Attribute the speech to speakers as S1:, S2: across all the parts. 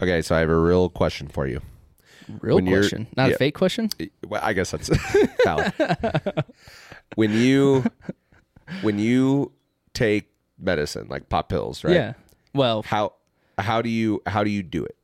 S1: Okay, so I have a real question for you.
S2: Real
S1: When you're-
S2: question, not
S1: yeah.
S2: a fake question.
S1: Well, I guess that's valid. when you when you take medicine like pop pills, right?
S2: Yeah. Well,
S1: How how do you how do you do it?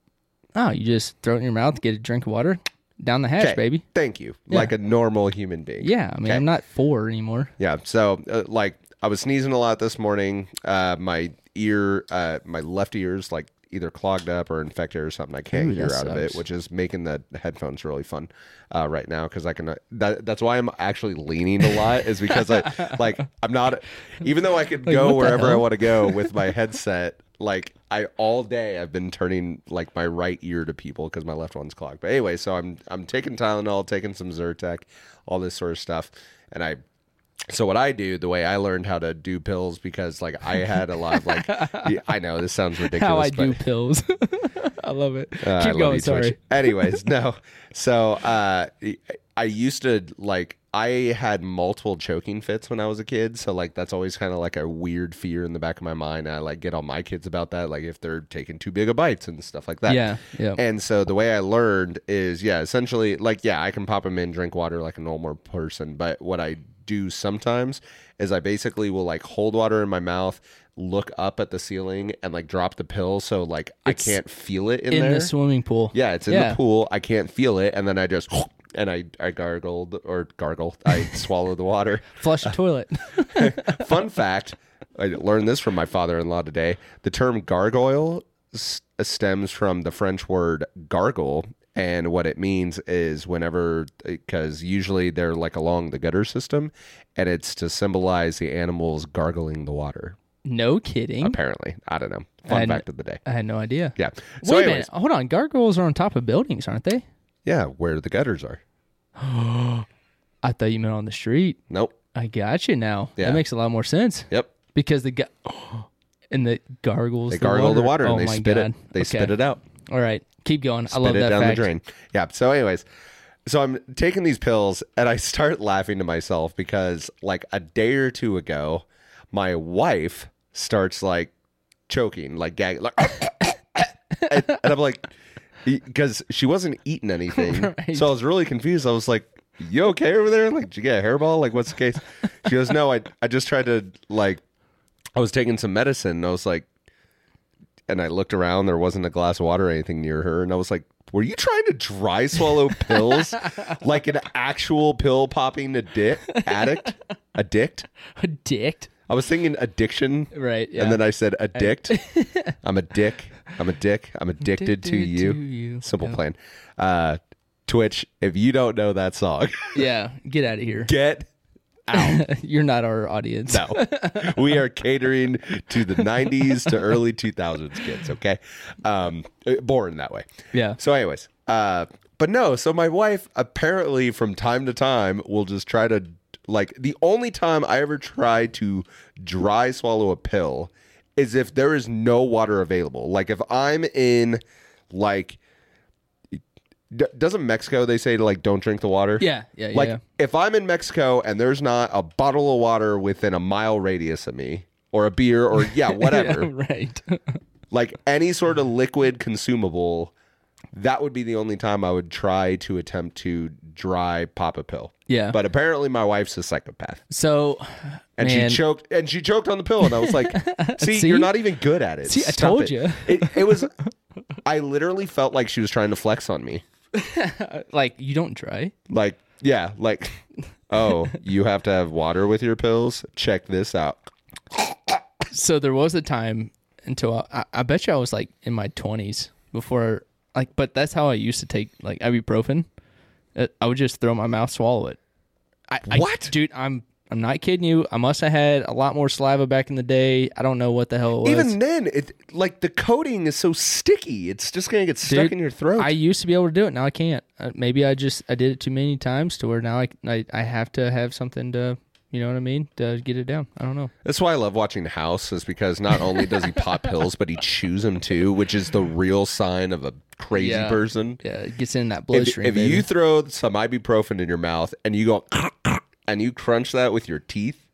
S2: oh, you just throw it in your mouth, get a drink of water, down the hatch,
S1: Okay,
S2: baby.
S1: Thank you. Like a normal human being.
S2: Yeah, I mean,
S1: Okay.
S2: I'm not four anymore.
S1: Yeah. So, uh, like, I was sneezing a lot this morning. Uh, my ear, uh, my left ear's like either clogged up or infected or something. I can't
S2: Ooh,
S1: hear out
S2: that
S1: of it,
S2: sucks.
S1: which is making the headphones really fun uh, right now because I can. That, that's why I'm actually leaning a lot is because I like I'm not even though I could go
S2: what the
S1: wherever I
S2: hell?
S1: want to go with my headset. Like I all day I've been turning like my right ear to people because my left one's clogged. But anyway, so I'm I'm taking Tylenol, taking some Zyrtec, all this sort of stuff, and I so what I do, the way I learned how to do pills, because like I had a lot of like, Yeah, I know this sounds ridiculous.
S2: How I
S1: but,
S2: do pills. I love it.
S1: uh, I
S2: Keep
S1: love
S2: going.
S1: you, Twitch.
S2: Sorry.
S1: Anyways, no. So uh, I used to like I had multiple choking fits when I was a kid. So like that's always kind of like a weird fear in the back of my mind. I like get all my kids about that, like if they're taking too big of bites and stuff like that.
S2: Yeah, yeah.
S1: And so the way I learned is, yeah, essentially, like, yeah, I can pop them in, drink water like a normal person. But what I do sometimes is I basically will like hold water in my mouth, look up at the ceiling, and like drop the pill so like
S2: It's
S1: I can't feel it in,
S2: In
S1: there.
S2: the swimming pool.
S1: yeah, it's in
S2: Yeah.
S1: the pool. I can't feel it, and then I just and I I gargled or gargled. I swallowed the water.
S2: Flush the toilet.
S1: Fun fact: I learned this from my father-in-law today. The term gargoyle s- stems from the French word gargle, and what it means is whenever, because usually they're like along the gutter system, and it's to symbolize the animals gargling the water.
S2: no kidding.
S1: Apparently, I don't know. Fun
S2: And-
S1: fact of the day.
S2: I had no idea.
S1: Yeah.
S2: Wait a minute. Hold on. Gargoyles are on top of buildings, aren't they?
S1: yeah, where the gutters are.
S2: I thought you meant on the street.
S1: Nope.
S2: I got you now.
S1: Yeah.
S2: That makes a lot more sense
S1: Yep.
S2: because the guy and the gargles.
S1: They gargle the water,
S2: Oh
S1: and they
S2: my
S1: spit
S2: God.
S1: it. They
S2: okay.
S1: spit it out.
S2: All right, keep going. I love
S1: spit it
S2: that
S1: down
S2: fact.
S1: the drain. Yeah. So, anyways, so I'm taking these pills and I start laughing to myself because like a day or two ago, my wife starts like choking, like gagging, like, and, and I'm like, because she wasn't eating anything, so I was really confused. I was like. You okay over there? Like, did you get a hairball? Like, what's the case? She goes, No, I I just tried to like I was taking some medicine and I was like, and I looked around, there wasn't a glass of water or anything near her. And I was like, were you trying to dry swallow pills like an actual pill popping addict? Addict? Addict?
S2: Addict.
S1: I was thinking addiction.
S2: Right. Yeah.
S1: And then I said addict. I'm a dick. I'm a dick. I'm addicted, to,
S2: Addicted
S1: you.
S2: to you.
S1: Simple plan. Uh, Twitch, if you don't know that song,
S2: yeah. Get out of here.
S1: get
S2: You're not our audience.
S1: No, we are catering to the 90s to early 2000s kids. Okay, um, born that way.
S2: Yeah.
S1: So, anyways, uh, but no. So my wife apparently, from time to time, will just try to like the only time I ever try to dry swallow a pill is if there is no water available. Like if I'm in like. d- Doesn't Mexico they say to like don't drink the water?
S2: Yeah. Yeah. Yeah.
S1: Like
S2: yeah.
S1: if I'm in Mexico and there's not a bottle of water within a mile radius of me, or a beer, or yeah, whatever,
S2: Yeah, right.
S1: like any sort of liquid consumable, that would be the only time I would try to attempt to dry pop a pill.
S2: yeah.
S1: But apparently, my wife's a psychopath,
S2: so,
S1: and
S2: man,
S1: she choked, and she choked on the pill, and I was like, "See,
S2: See?
S1: you're not even good at it."
S2: See, I
S1: Stop
S2: told
S1: it.
S2: you.
S1: It, it was. I literally felt like she was trying to flex on me.
S2: like, you don't try.
S1: Like, yeah, like, oh, you have to have water with your pills? Check this out.
S2: so there was a time until I- I, I bet you I was like in my twenties before, like, but that's how I used to take like ibuprofen. Uh, I would just throw it in my mouth, swallow it. I, I-
S1: What?
S2: dude? I'm I'm not kidding you. I must have had a lot more saliva back in the day. I don't know what the hell it was.
S1: Even then, it like the coating is so sticky, it's just gonna get stuck
S2: Dude,
S1: in your throat.
S2: I used to be able to do it. Now I can't. Uh, maybe I just I did it too many times to where now I, I I have to have something to you know what I mean to get it down. I don't know.
S1: That's why I love watching House, is because not only does he pop pills, but he chews them too, which is the real sign of a crazy
S2: Yeah.
S1: person.
S2: Yeah, it gets in that
S1: If,
S2: bloodstream.
S1: if
S2: baby.
S1: you throw some ibuprofen in your mouth and you go and you crunch that with your teeth,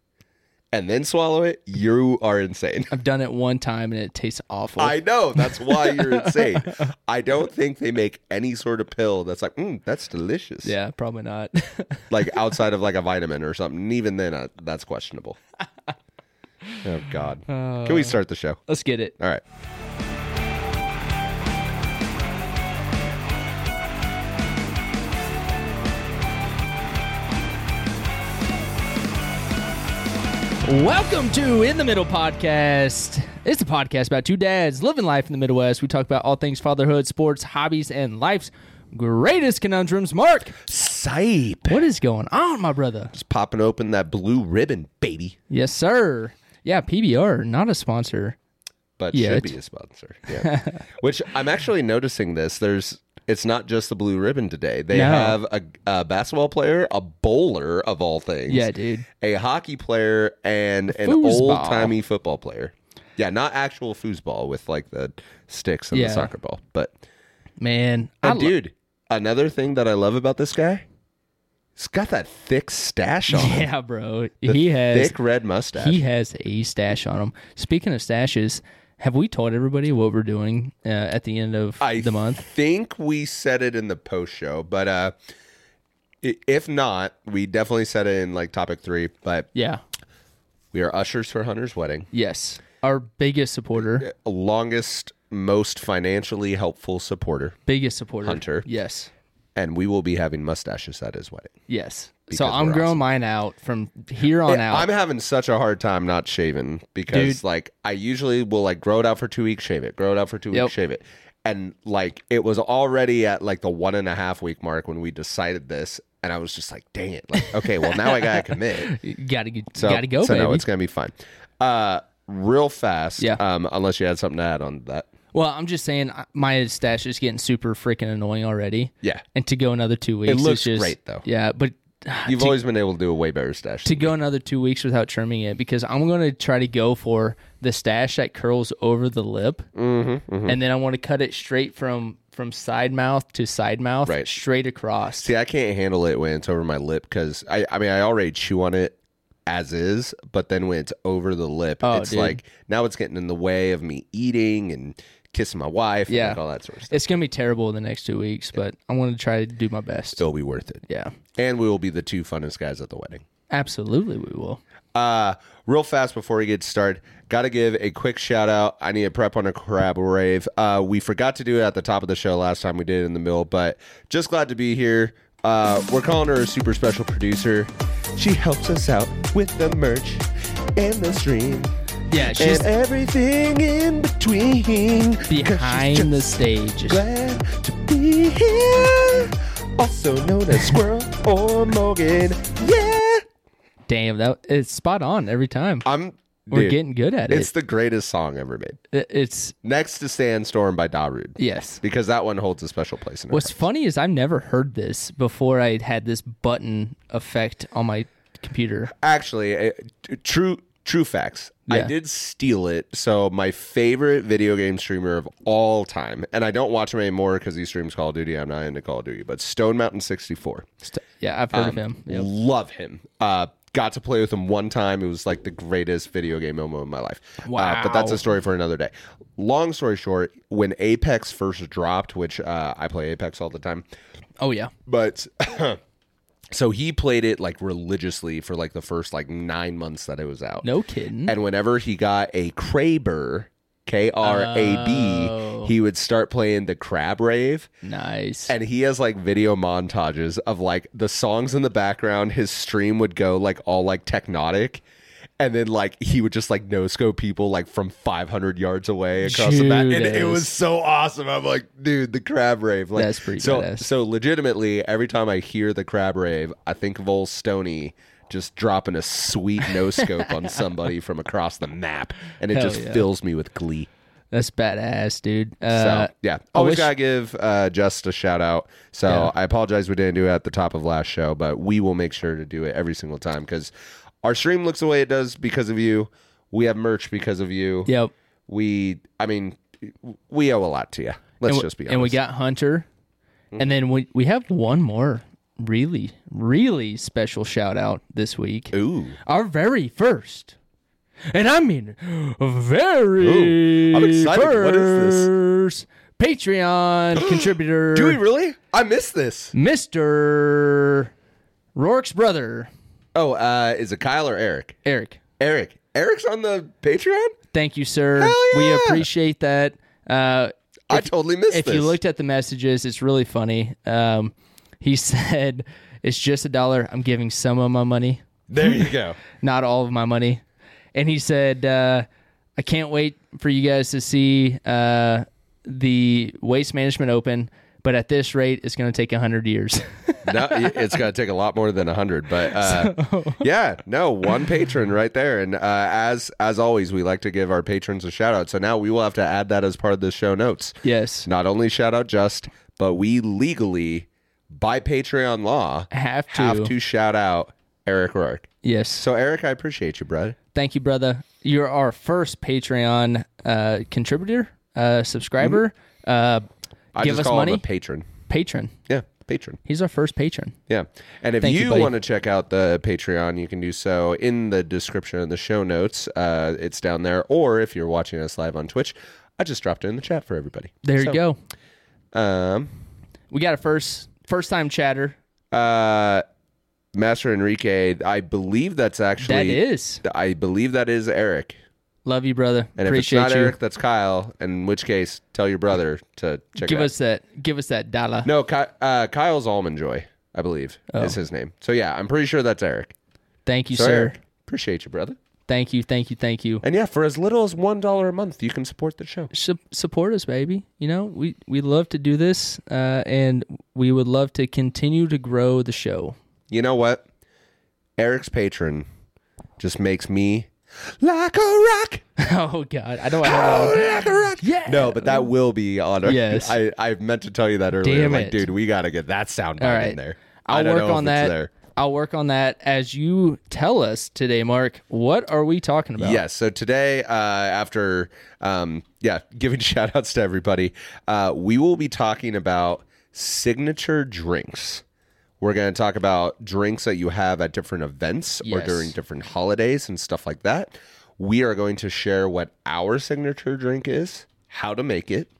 S1: and then swallow it, you are insane.
S2: I've done it one time and it tastes awful.
S1: I know. That's why you're insane. I don't think they make any sort of pill that's like, mm, that's delicious.
S2: yeah, probably not.
S1: Like outside of like a vitamin or something. And even then, uh, that's questionable. oh, God.
S2: Uh.
S1: Can we start the show?
S2: Let's get it.
S1: All right.
S2: Welcome to In the Middle Podcast. It's a podcast about two dads living life in the Midwest. We talk about all things fatherhood, sports, hobbies, and life's greatest conundrums. Mark,
S1: Sipe.
S2: what is going on, my brother?
S1: Just popping open that blue ribbon, baby.
S2: Yes, sir. Yeah, PBR, not a sponsor.
S1: but
S2: Yeah,
S1: should
S2: it-
S1: be a sponsor. Yeah. Which I'm actually noticing this. There's it's not just the blue ribbon today. They
S2: No.
S1: have a, a basketball player, a bowler of all things,
S2: Yeah, dude.
S1: a hockey player, and an
S2: Foosball.
S1: old timey football player. Yeah, not actual foosball with like the sticks and
S2: Yeah.
S1: the soccer ball, but
S2: Man, I
S1: and
S2: lo-
S1: dude, another thing that I love about this guy, he's got that thick stash on him,
S2: yeah, bro. He has
S1: thick red mustache.
S2: he has a stash on him. Speaking of stashes, have we told everybody what we're doing uh, at the end of
S1: I
S2: the month?
S1: think we said it in the post show, but uh i- if not, we definitely said it in like topic three. But
S2: Yeah.
S1: we are ushers for Hunter's wedding,
S2: Yes. Our
S1: Uh,
S2: biggest supporter,
S1: longest, most financially helpful supporter,
S2: biggest supporter.
S1: Hunter.
S2: Yes.
S1: and we will be having mustaches at his wedding.
S2: Yes. so
S1: Because
S2: I'm
S1: we're
S2: growing
S1: awesome.
S2: mine out from here on out.
S1: I'm having such a hard time not shaving because like I usually will like grow it out for two weeks, shave it, grow it out for two weeks,
S2: Yep.
S1: shave it. And like it was already at like the one and a half week mark when we decided this. And I was just like, dang it. Like, okay, well now I gotta commit.
S2: gotta get,
S1: So,
S2: gotta go,
S1: so
S2: baby.
S1: no, it's gonna be fine. Uh, real fast.
S2: Yeah.
S1: Um, unless you had something to add on that.
S2: well, I'm just saying, I- my stash is getting super freaking annoying already.
S1: Yeah.
S2: And to go another two weeks,
S1: looks
S2: is just,
S1: great, though.
S2: Yeah, but
S1: You've always been able to do a way better stash.
S2: Uh, to go another two weeks without trimming it because I'm going to try to go for the stash that curls over the lip,
S1: Mm-hmm,
S2: and then I want to cut it straight from from side mouth to side mouth,
S1: Right.
S2: straight across.
S1: See, I can't handle it when it's over my lip because I, I mean, I already chew on it as is, but then when it's over the lip, it's
S2: Oh, dude.
S1: like now it's getting in the way of me eating and kissing my wife
S2: Yeah.
S1: and like, all that sort of stuff.
S2: It's going to be terrible in the next two weeks, but I'm going to try to do my best.
S1: It'll be worth it.
S2: Yeah,
S1: And we will be the two funnest guys at the wedding.
S2: absolutely, we will.
S1: Uh, real fast before we get started, got to give a quick shout out. I need to prep on a crab rave. Uh, we forgot to do it at the top of the show last time we did it in the middle, but just glad to be here. Uh, we're calling her a super special producer. She helps us out with the merch and the stream
S2: Yeah, she's
S1: and everything in between. 'Cause she's just
S2: behind the stage.
S1: glad to be here. Also known as Squirrel or Morgan. Yeah.
S2: Damn, that it's spot on every time.
S1: I'm.
S2: We're
S1: dude,
S2: getting good at
S1: It's
S2: it.
S1: the greatest song ever made.
S2: It- It's
S1: Next to Sandstorm by Darude.
S2: yes.
S1: Because that one holds a special place in our
S2: What's funny is I've never heard this before. I had this button effect on my computer.
S1: Actually, uh, t- true true facts. I
S2: Yeah.
S1: did steal it. So my favorite video game streamer of all time, and I don't watch him anymore because he streams Call of Duty. I'm not into Call of Duty, but Stone Mountain 64.
S2: St- Yeah, I've heard
S1: Um,
S2: of him. Yep.
S1: Love him. Uh, got to play with him one time. It was like the greatest video game moment of my life. Uh, but that's
S2: Wow.
S1: a story for another day. Long story short, when Apex first dropped, which uh, I play Apex all the time,
S2: Oh yeah,
S1: but so he played it like religiously for like the first like nine months that it was out.
S2: no kidding.
S1: And whenever he got a Kraber, K R A B,
S2: Oh.
S1: he would start playing the Crab Rave.
S2: Nice.
S1: And he has like video montages of like the songs in the background. His stream would go like all like technotic. And then like he would just like no scope people like from 500 yards away across the back. And it
S2: Judas.
S1: was so awesome. I'm like, dude, the crab rave. Like
S2: That's pretty
S1: so
S2: badass.
S1: so legitimately every time I hear the crab rave, I think of old Stony just dropping a sweet no scope on somebody from across the map. And it
S2: Hell
S1: just
S2: yeah.
S1: fills me with glee.
S2: That's badass, dude. Uh,
S1: So yeah, always
S2: wish-
S1: gotta give uh, Just a shout out. So I apologize we didn't do it at the top of last show, but we will make sure to do it every single time because our stream looks the way it does because of you. We have merch because of you.
S2: Yep.
S1: We, I mean, we owe a lot to you. Let's
S2: And we-
S1: just be honest. Mm-hmm.
S2: And we got Hunter, and then we we have one more really really special shout out this week.
S1: ooh
S2: Our very first and I mean very
S1: Ooh, I'm excited. What is
S2: first Patreon contributor,
S1: Do we really? I missed this.
S2: Mr. Rourke's brother,
S1: Oh, uh, is it Kyle or Eric?
S2: Eric.
S1: Eric. Eric's on the Patreon?
S2: Thank you, sir.
S1: Hell
S2: We
S1: yeah.
S2: appreciate that. Uh,
S1: I totally missed
S2: if
S1: this.
S2: you looked at the messages, it's really funny. Um, he said, "It's just a dollar. I'm giving some of my money,
S1: there you go.
S2: not all of my money." And he said, uh, "I can't wait for you guys to see uh, the Waste Management Open, but at this rate, it's going to take hundred years."
S1: no, it's going to take a lot more than 100 but uh, yeah no one patron right there and uh, as as always we like to give our patrons a shout out so now we will have to add that as part of the show notes
S2: yes,
S1: not only shout out just but we legally by patreon law
S2: have to.
S1: have to shout out eric rourke
S2: Yes,
S1: so eric i appreciate you brother
S2: thank you, brother. You're our first Patreon uh, contributor, uh, subscriber.
S1: Mm-hmm.
S2: Uh,
S1: i
S2: give
S1: just
S2: us
S1: call
S2: money,
S1: him a patron
S2: patron.
S1: yeah patron
S2: He's our first patron.
S1: Yeah. And if
S2: Thank you,
S1: you,
S2: buddy.
S1: want to check out the Patreon, you can do so in the description and the show notes. Uh, it's down there. Or if you're watching us live on Twitch, I just dropped it in the chat for everybody.
S2: There you go.
S1: Um,
S2: We got a first first time chatter.
S1: uh, Master Enrique, I believe that's actually.
S2: That is.
S1: I believe that is Eric.
S2: Love you, brother.
S1: And
S2: Appreciate
S1: if it's not
S2: you.
S1: Eric, that's Kyle. In which case, tell your brother to check
S2: give
S1: it out.
S2: us that give us that dollar.
S1: No, Ky- uh, Kyle's Almond Joy, I believe, is his name. So yeah, I'm pretty sure that's Eric.
S2: Oh. Thank you,
S1: So
S2: sir.
S1: Eric, appreciate you, brother.
S2: Thank you, thank you, thank you.
S1: And yeah, for as little as one dollar a month, you can support the show.
S2: Sup support us, baby. You know, we we love to do this uh, and we would love to continue to grow the show.
S1: You know what? Eric's patron just makes me like a rock,
S2: oh god. I know I have that
S1: like a rock.
S2: Yeah.
S1: No, but that will be on. Our,
S2: Yes.
S1: I I meant to tell you that earlier.
S2: Damn
S1: like,
S2: it.
S1: dude, we got to get that sound bite
S2: All
S1: in
S2: right.
S1: there. I
S2: I'll
S1: don't
S2: work
S1: know
S2: on
S1: if it's
S2: that.
S1: there.
S2: I'll work on that as you tell us today, Mark. What are we talking about?
S1: Yes. So today, uh, after um, yeah, giving shout outs to everybody, uh, we will be talking about signature drinks. We're going to talk about drinks that you have at different events or
S2: Yes.
S1: during different holidays and stuff like that. We are going to share what our signature drink is, how to make it,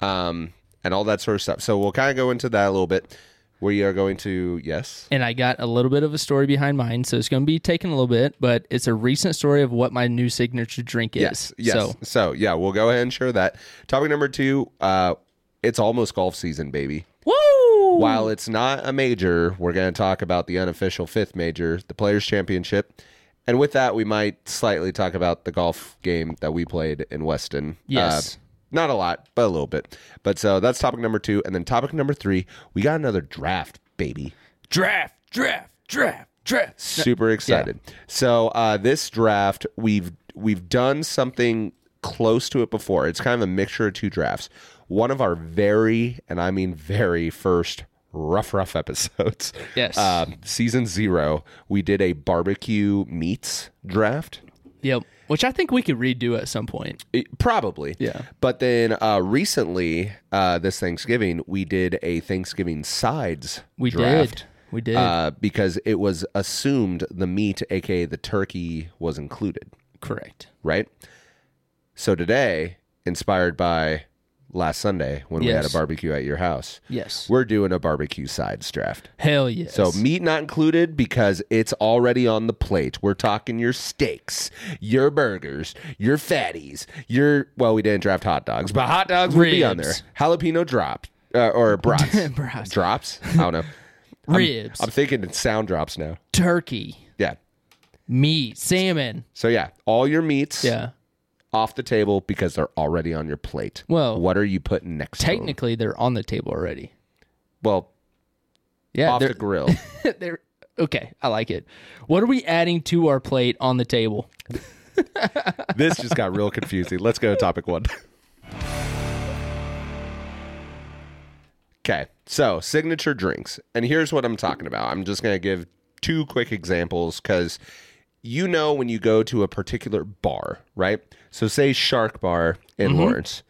S1: um, and all that sort of stuff. So we'll kind of go into that a little bit. We are going to, yes.
S2: and I got a little bit of a story behind mine, so it's going to be taking a little bit, but it's a recent story of what my new signature drink is.
S1: Yes. Yes. So,
S2: So
S1: yeah, we'll go ahead and share that. Topic number two, uh, it's almost golf season, baby.
S2: woo,
S1: While it's not a major, we're going to talk about the unofficial fifth major, the Players Championship, and with that, we might slightly talk about the golf game that we played in Weston.
S2: Yes.
S1: Uh, not a lot, but a little bit. But so that's topic number two, and then topic number three, we got another draft, baby.
S2: draft, draft, draft, draft.
S1: super excited. So uh, this draft, we've we've done something close to it before. It's kind of a mixture of two drafts. One of our very, and I mean very first rough rough episodes.
S2: Yes.
S1: Um, season zero, we did a barbecue meats draft.
S2: Yep. Which I think we could redo at some point.
S1: It- probably.
S2: Yeah.
S1: But then uh, recently, uh, this Thanksgiving, we did a Thanksgiving sides
S2: We
S1: draft.
S2: did. We did.
S1: Uh, because it was assumed the meat, aka the turkey, was included,
S2: Correct.
S1: right? So today, inspired by last Sunday when we had a
S2: Yes.
S1: barbecue at your house,
S2: Yes.
S1: we're doing a barbecue sides draft.
S2: Hell yes.
S1: So meat not included because it's already on the plate. We're talking your steaks, your burgers, your fatties, your well, we didn't draft hot dogs, but hot dogs will be on there.
S2: Ribs.
S1: Jalapeno drop uh, or brats.
S2: Brats.
S1: Drops? I don't know.
S2: ribs,
S1: I'm thinking it's sound drops now.
S2: turkey,
S1: Yeah.
S2: meat, salmon.
S1: So yeah, all your meats
S2: Yeah.
S1: off the table because they're already on your plate.
S2: Well-
S1: what are you putting next? to 'em?
S2: Technically, they're on the table already.
S1: well,
S2: Yeah.
S1: off the grill.
S2: They're, they're okay. I like it. What are we adding to our plate on the table?
S1: this just got real confusing. Let's go to topic one. Okay, so signature drinks. And here's what I'm talking about. I'm just going to give two quick examples because you know when
S2: Mm-hmm.
S1: you go to a particular bar, right? So, say Shark Bar in Lawrence,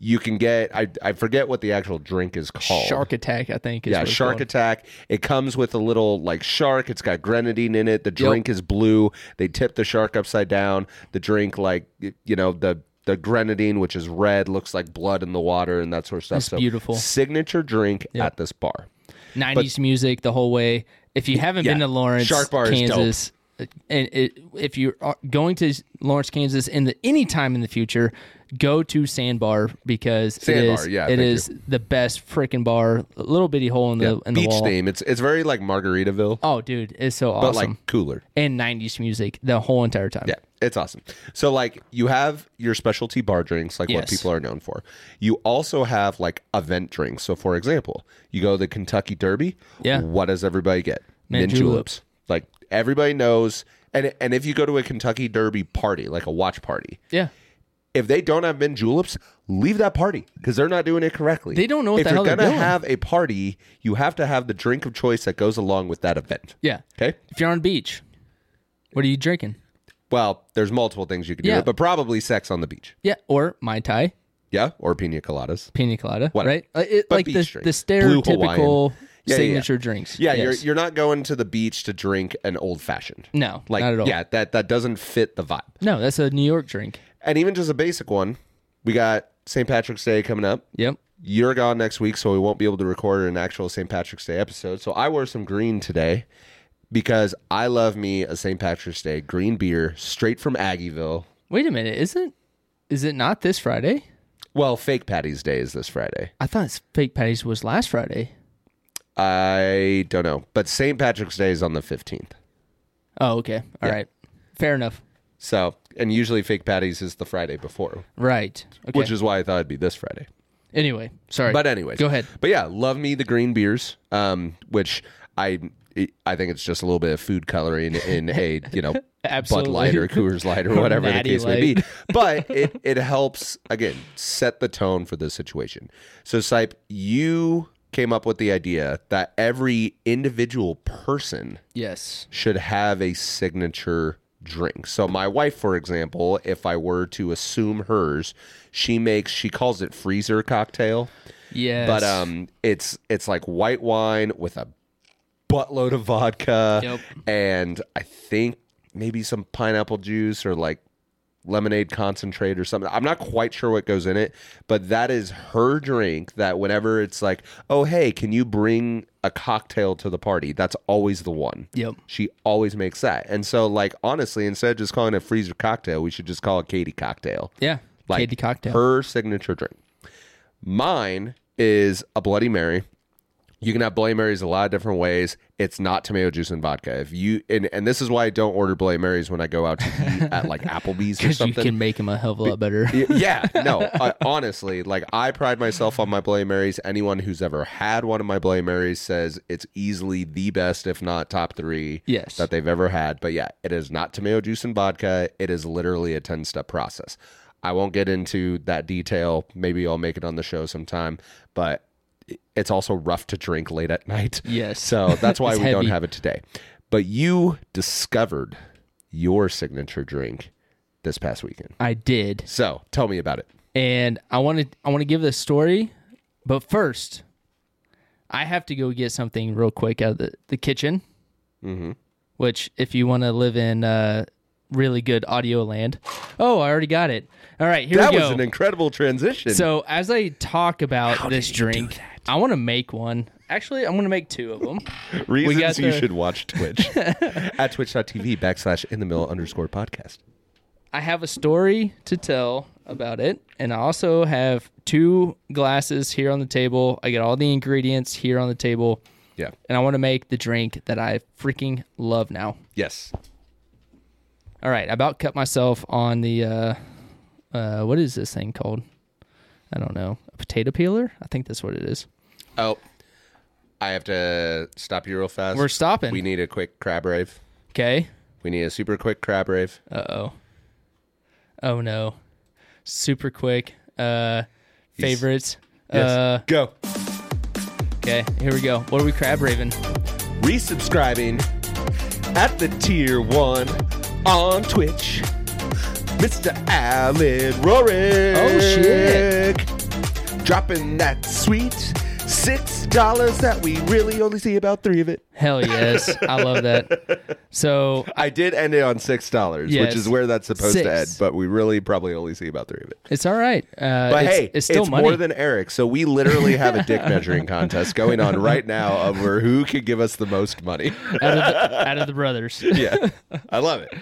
S1: you can get I, I forget what the actual drink is called.
S2: Shark attack, I think. Is
S1: Yeah,
S2: what it's
S1: shark
S2: called.
S1: attack. It comes with a little like shark. It's got grenadine in it. The drink is blue. They tip the shark upside down. The drink, like y- you know, the the grenadine, which is red, looks like blood in the water and that sort of stuff.
S2: That's beautiful.
S1: Signature drink at this bar.
S2: 90s music the whole way. If you haven't
S1: yeah,
S2: been to Lawrence,
S1: Shark Bar is dope.
S2: Kansas, uh, and it, if you're going to Lawrence, Kansas in the any time in the future, go to Sandbar because it
S1: Sandbar,
S2: is
S1: yeah,
S2: it
S1: thank
S2: is the best freaking bar. A little bitty hole in the in the
S1: Beach
S2: wall.
S1: theme. It's it's very like Margaritaville,
S2: Oh, dude, it's so awesome.
S1: but like cooler.
S2: and 90s music the whole entire time.
S1: Yeah, it's awesome. So like you have your specialty bar drinks, like what
S2: Yes.
S1: people are known for. You also have like event drinks. So for example, you go to the Kentucky Derby.
S2: Yeah.
S1: What does everybody get?
S2: Mint julep.
S1: Like everybody knows. And and if you go to a Kentucky Derby party, like a watch party,
S2: Yeah.
S1: if they don't have mint juleps, leave that party because they're not doing it correctly.
S2: They don't know what
S1: if
S2: the
S1: you're
S2: hell they're
S1: gonna
S2: doing.
S1: have a party, you have to have the drink of choice that goes along with that event.
S2: Yeah.
S1: Okay.
S2: If you're on the beach, what are you drinking?
S1: Well, there's multiple things you can
S2: Yeah.
S1: do, but probably sex on the beach.
S2: Yeah, or Mai Tai,
S1: Yeah, or pina coladas.
S2: pina colada,
S1: Whatever.
S2: right? Uh, it-
S1: But
S2: like the,
S1: beach
S2: the
S1: drinks. Blue
S2: stereotypical
S1: Hawaiian. Yeah, yeah, yeah.
S2: signature drinks.
S1: Yeah,
S2: Yes.
S1: you're you're not going to the beach to drink an old fashioned.
S2: No,
S1: Like
S2: not at all.
S1: yeah, that that doesn't fit the vibe.
S2: No, that's a New York drink.
S1: And even just a basic one, we got St. Patrick's Day coming up.
S2: Yep.
S1: You're gone next week, so we won't be able to record an actual St. Patrick's Day episode. So I wore some green today because I love me a St. Patrick's Day green beer straight from Aggieville.
S2: Wait a minute, isn't is it not this Friday?
S1: Well, fake Patty's Day is this Friday.
S2: I thought it's fake patties was last Friday.
S1: I don't know, but St. Patrick's Day is on the 15th.
S2: Oh, okay. all right, Fair enough.
S1: So, and usually fake patties is the Friday before,
S2: Right. Okay.
S1: which is why I thought it'd be this Friday.
S2: anyway, sorry.
S1: But anyways,
S2: Go ahead.
S1: But yeah, love me the green beers, um, which I I think it's just a little bit of food coloring in a you know Bud
S2: Absolutely.
S1: Light or Coors Light or whatever the
S2: Natty
S1: case may
S2: Light.
S1: be. But it it helps again set the tone for the situation. So Sipe, you came up with the idea that every individual person
S2: Yes.
S1: should have a signature drink. So my wife, for example, if I were to assume hers, she makes she calls it freezer cocktail,
S2: Yes.
S1: but um it's it's like white wine with a buttload of vodka
S2: Yep.
S1: and I think maybe some pineapple juice or like lemonade concentrate or something. I'm not quite sure what goes in it, but that is her drink that whenever it's like, "Oh, hey, can you bring a cocktail to the party?" That's always the one.
S2: Yep.
S1: She always makes that. And so, like, honestly, instead of just calling it freezer cocktail, we should just call it Katie cocktail.
S2: Yeah.
S1: Like
S2: Katy cocktail.
S1: Her signature drink. Mine is a Bloody Mary. You can have Bloody Marys a lot of different ways. It's not tomato juice and vodka. If you and, and this is why I don't order Bloody Marys when I go out to eat at like Applebee's or
S2: Because you
S1: something.
S2: can make him a hell of a lot better.
S1: Y- yeah, no. I, honestly, like I pride myself on my Bloody Marys. Anyone who's ever had one of my Bloody Marys says it's easily the best, if not top three,
S2: Yes.
S1: that they've ever had. But yeah, it is not tomato juice and vodka. It is literally a ten step process. I won't get into that detail. Maybe I'll make it on the show sometime. But i- it's also rough to drink late at night.
S2: Yes.
S1: So that's why
S2: It's
S1: we don't
S2: heavy.
S1: have it today. But you discovered your signature drink this past weekend.
S2: I did.
S1: So tell me about it.
S2: and I want to I want to give the story, but first, I have to go get something real quick out of the, the kitchen. Mm-hmm. Which, if you want to live in uh, really good audio land, oh, I already got it. All right, here
S1: That
S2: we go.
S1: was an incredible transition.
S2: So as I talk about this drink, I want to make one. Actually, I'm going to make two of them.
S1: Reasons
S2: got
S1: you
S2: the-
S1: should watch Twitch at twitch.tv backslash in the middle underscore podcast.
S2: I have a story to tell about it, and I also have two glasses here on the table. I got all the ingredients here on the table.
S1: Yeah.
S2: and I want to make the drink that I freaking love now.
S1: Yes.
S2: All right, I about cut myself on the uh, uh, what is this thing called? I don't know. A potato peeler? I think that's what it is.
S1: Oh, I have to stop you real fast.
S2: We're stopping.
S1: We need a quick crab rave.
S2: Okay.
S1: We need a super quick crab rave.
S2: Uh oh. Oh no. Super quick. Uh, favorites. Uh,
S1: Go.
S2: okay. Here we go. What are we crab raving?
S1: Resubscribing at the tier one on Twitch. Mr. Alan Rorick.
S2: Oh, shit.
S1: dropping that sweet six dollars that we really only see about three of it.
S2: Hell yes, I love that. So
S1: I did end it on six dollars,
S2: Yes.
S1: which is where that's supposed
S2: Six.
S1: to end, but we really probably only see about three of it.
S2: it's all right. Uh,
S1: But
S2: it's,
S1: hey,
S2: it's still money.
S1: more than Eric, so we literally have a dick measuring contest going on right now over who can give us the most money.
S2: out, of the, out of the brothers.
S1: Yeah, I love it.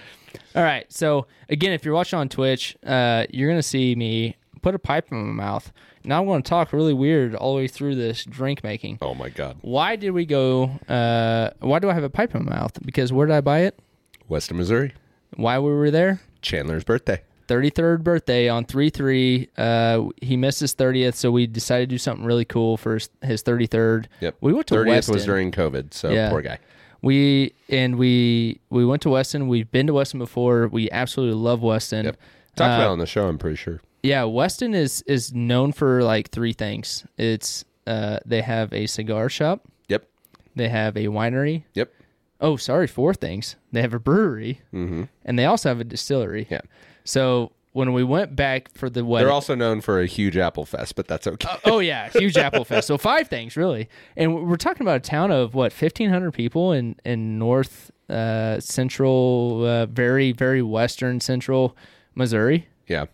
S2: All right. So again, if you're watching on Twitch, uh, you're gonna see me put a pipe in my mouth. Now I'm gonna talk really weird all the way through this drink making.
S1: Oh my god,
S2: Why did we go? Uh, why do I have a pipe in my mouth? Because where did I buy it?
S1: Western Missouri,
S2: Why we were there?
S1: Chandler's birthday.
S2: 33rd birthday on 3 3. Uh, he missed his 30th, so we decided to do something really cool for his, his 33rd.
S1: Yep,
S2: We went to
S1: 30th
S2: Weston.
S1: was during COVID, so
S2: Yeah.
S1: poor guy.
S2: We and we we went to Weston. We've been to Weston before. We absolutely love Weston.
S1: Yep, talked about it on the show. I'm pretty sure.
S2: Yeah, Weston is is known for like three things. It's uh they have a cigar shop,
S1: Yep,
S2: they have a winery.
S1: yep,
S2: Oh, sorry, four things. They have a brewery, mm-hmm. and they also have a distillery.
S1: yeah.
S2: So when we went back for the wedding,
S1: They're also known for a huge Apple Fest, but that's okay.
S2: oh yeah, huge apple fest. So five things really, and we're talking about a town of what fifteen hundred people in in north uh, central, uh, very very western central Missouri,
S1: yeah.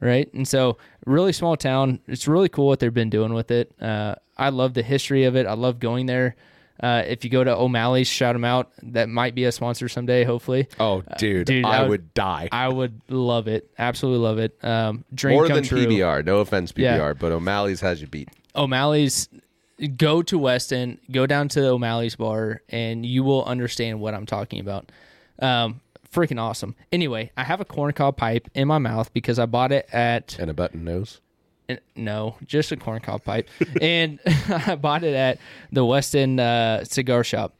S2: right? And so really small town. It's really cool what they've been doing with it. Uh, I love the history of it. I love going there. Uh, if you go to O'Malley's, shout them out. That might be a sponsor someday, hopefully.
S1: Oh, dude,
S2: dude,
S1: I,
S2: I
S1: would,
S2: would-
S1: die.
S2: I would love it. Absolutely love it. Um, dream
S1: More
S2: come
S1: than
S2: true.
S1: PBR. No offense, PBR,
S2: Yeah.
S1: but O'Malley's has you beat.
S2: O'Malley's go to Weston, go down to O'Malley's bar, and you will understand what I'm talking about. Um, freaking awesome. Anyway, I have a corncob pipe in my mouth because I bought it at
S1: And a button nose.
S2: and- no, just a corncob pipe, and I bought it at the Weston uh, cigar shop.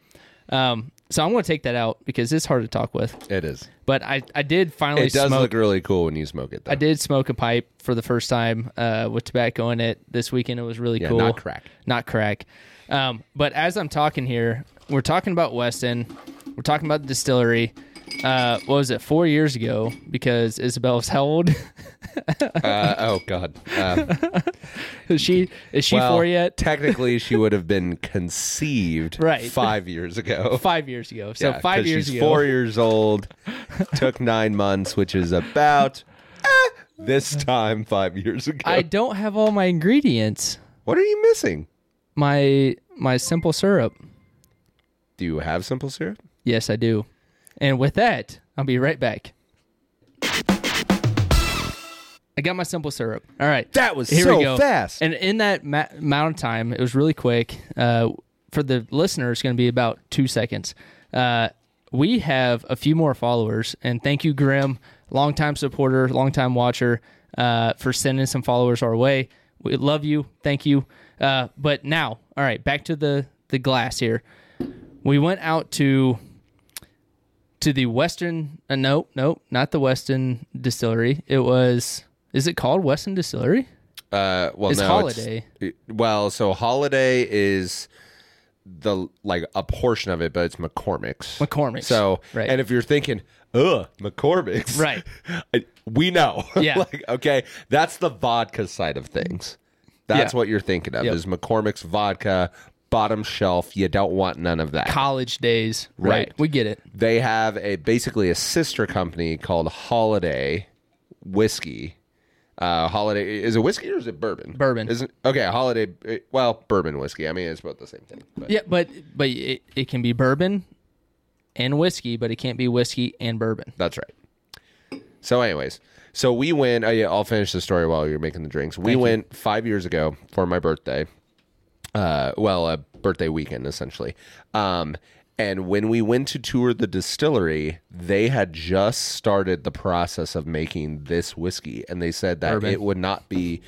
S2: Um, so I'm going to take that out because it's hard to talk with.
S1: It is.
S2: But I, I did finally
S1: It does
S2: smoke
S1: look really cool when you smoke it, though.
S2: I did smoke a pipe for the first time uh, with tobacco in it this weekend. It was really
S1: Yeah,
S2: cool.
S1: not crack.
S2: Not crack. Um, but as I'm talking here, we're talking about Weston. We're talking about the distillery. Uh, what was it? Four years ago, because Isabel was how old?
S1: Uh, oh, God. Uh,
S2: is she is she
S1: well,
S2: four yet?
S1: technically, she would have been conceived
S2: Right.
S1: five years ago.
S2: Five years ago. So
S1: Yeah,
S2: five
S1: 'cause
S2: years
S1: she's
S2: ago.
S1: four years old, took nine months, which is about eh, this time five years ago.
S2: I don't have all my ingredients.
S1: what are you missing?
S2: My my simple syrup.
S1: Do you have simple syrup?
S2: Yes, I do. And with that, I'll be right back. I got my simple syrup. All right.
S1: That was
S2: Here
S1: so
S2: we go.
S1: fast.
S2: And in that ma- amount of time, it was really quick. Uh, for the listener, it's going to be about two seconds. Uh, we have a few more followers, and thank you, Grim, longtime supporter, longtime watcher, uh, for sending some followers our way. We love you. Thank you. Uh, but now, all right, back to the the glass here. We went out to to the Western. Uh, no, no, not the Weston Distillery. It was. Is it called Weston Distillery?
S1: Uh, well,
S2: It's
S1: no,
S2: holiday.
S1: it- well, so holiday is the like a portion of it, but it's McCormick's.
S2: McCormick's,
S1: So,
S2: right.
S1: and if you're thinking, ugh, McCormick's,
S2: Right.
S1: I- we know.
S2: Yeah.
S1: like, okay, that's the vodka side of things. That's
S2: Yeah.
S1: what you're thinking of
S2: Yep.
S1: is McCormick's vodka, bottom shelf. You don't want none of that.
S2: college days.
S1: Right.
S2: We get it.
S1: they have a basically a sister company called Holiday Whiskey. Uh, Holiday is it whiskey or is it bourbon?
S2: Bourbon.
S1: Isn't okay. Holiday, eh, well, bourbon whiskey. I mean, it's both the same thing. But
S2: Yeah, but but it, it can be bourbon and whiskey, but it can't be whiskey and bourbon.
S1: that's right. So, anyways, so we went. Oh yeah, I'll finish the story while you're making the drinks. We went five years ago for my birthday. Uh, well, a birthday weekend essentially. Um, and when we went to tour the distillery, they had just started the process of making this whiskey, and they said that
S2: Bourbon.
S1: it would not be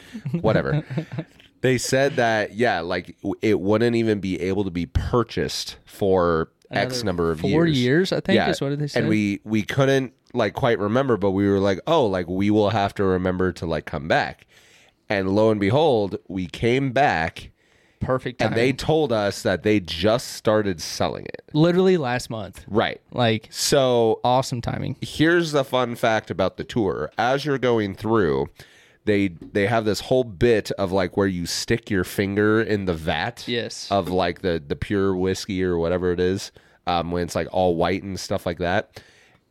S1: whatever. they said that yeah, like w- it wouldn't even be able to be purchased for X
S2: Another
S1: number of
S2: four
S1: years.
S2: years, I think, is what they said.
S1: And we we couldn't like quite remember, but we were like, oh, like we will have to remember to like come back. And lo and behold, we came back
S2: Perfect time.
S1: and they told us that they just started selling it.
S2: literally last month.
S1: Right.
S2: Like
S1: So
S2: awesome timing.
S1: here's the fun fact about the tour. As you're going through, they they have this whole bit of like where you stick your finger in the vat
S2: Yes.
S1: of like the the pure whiskey or whatever it is um, when it's like all white and stuff like that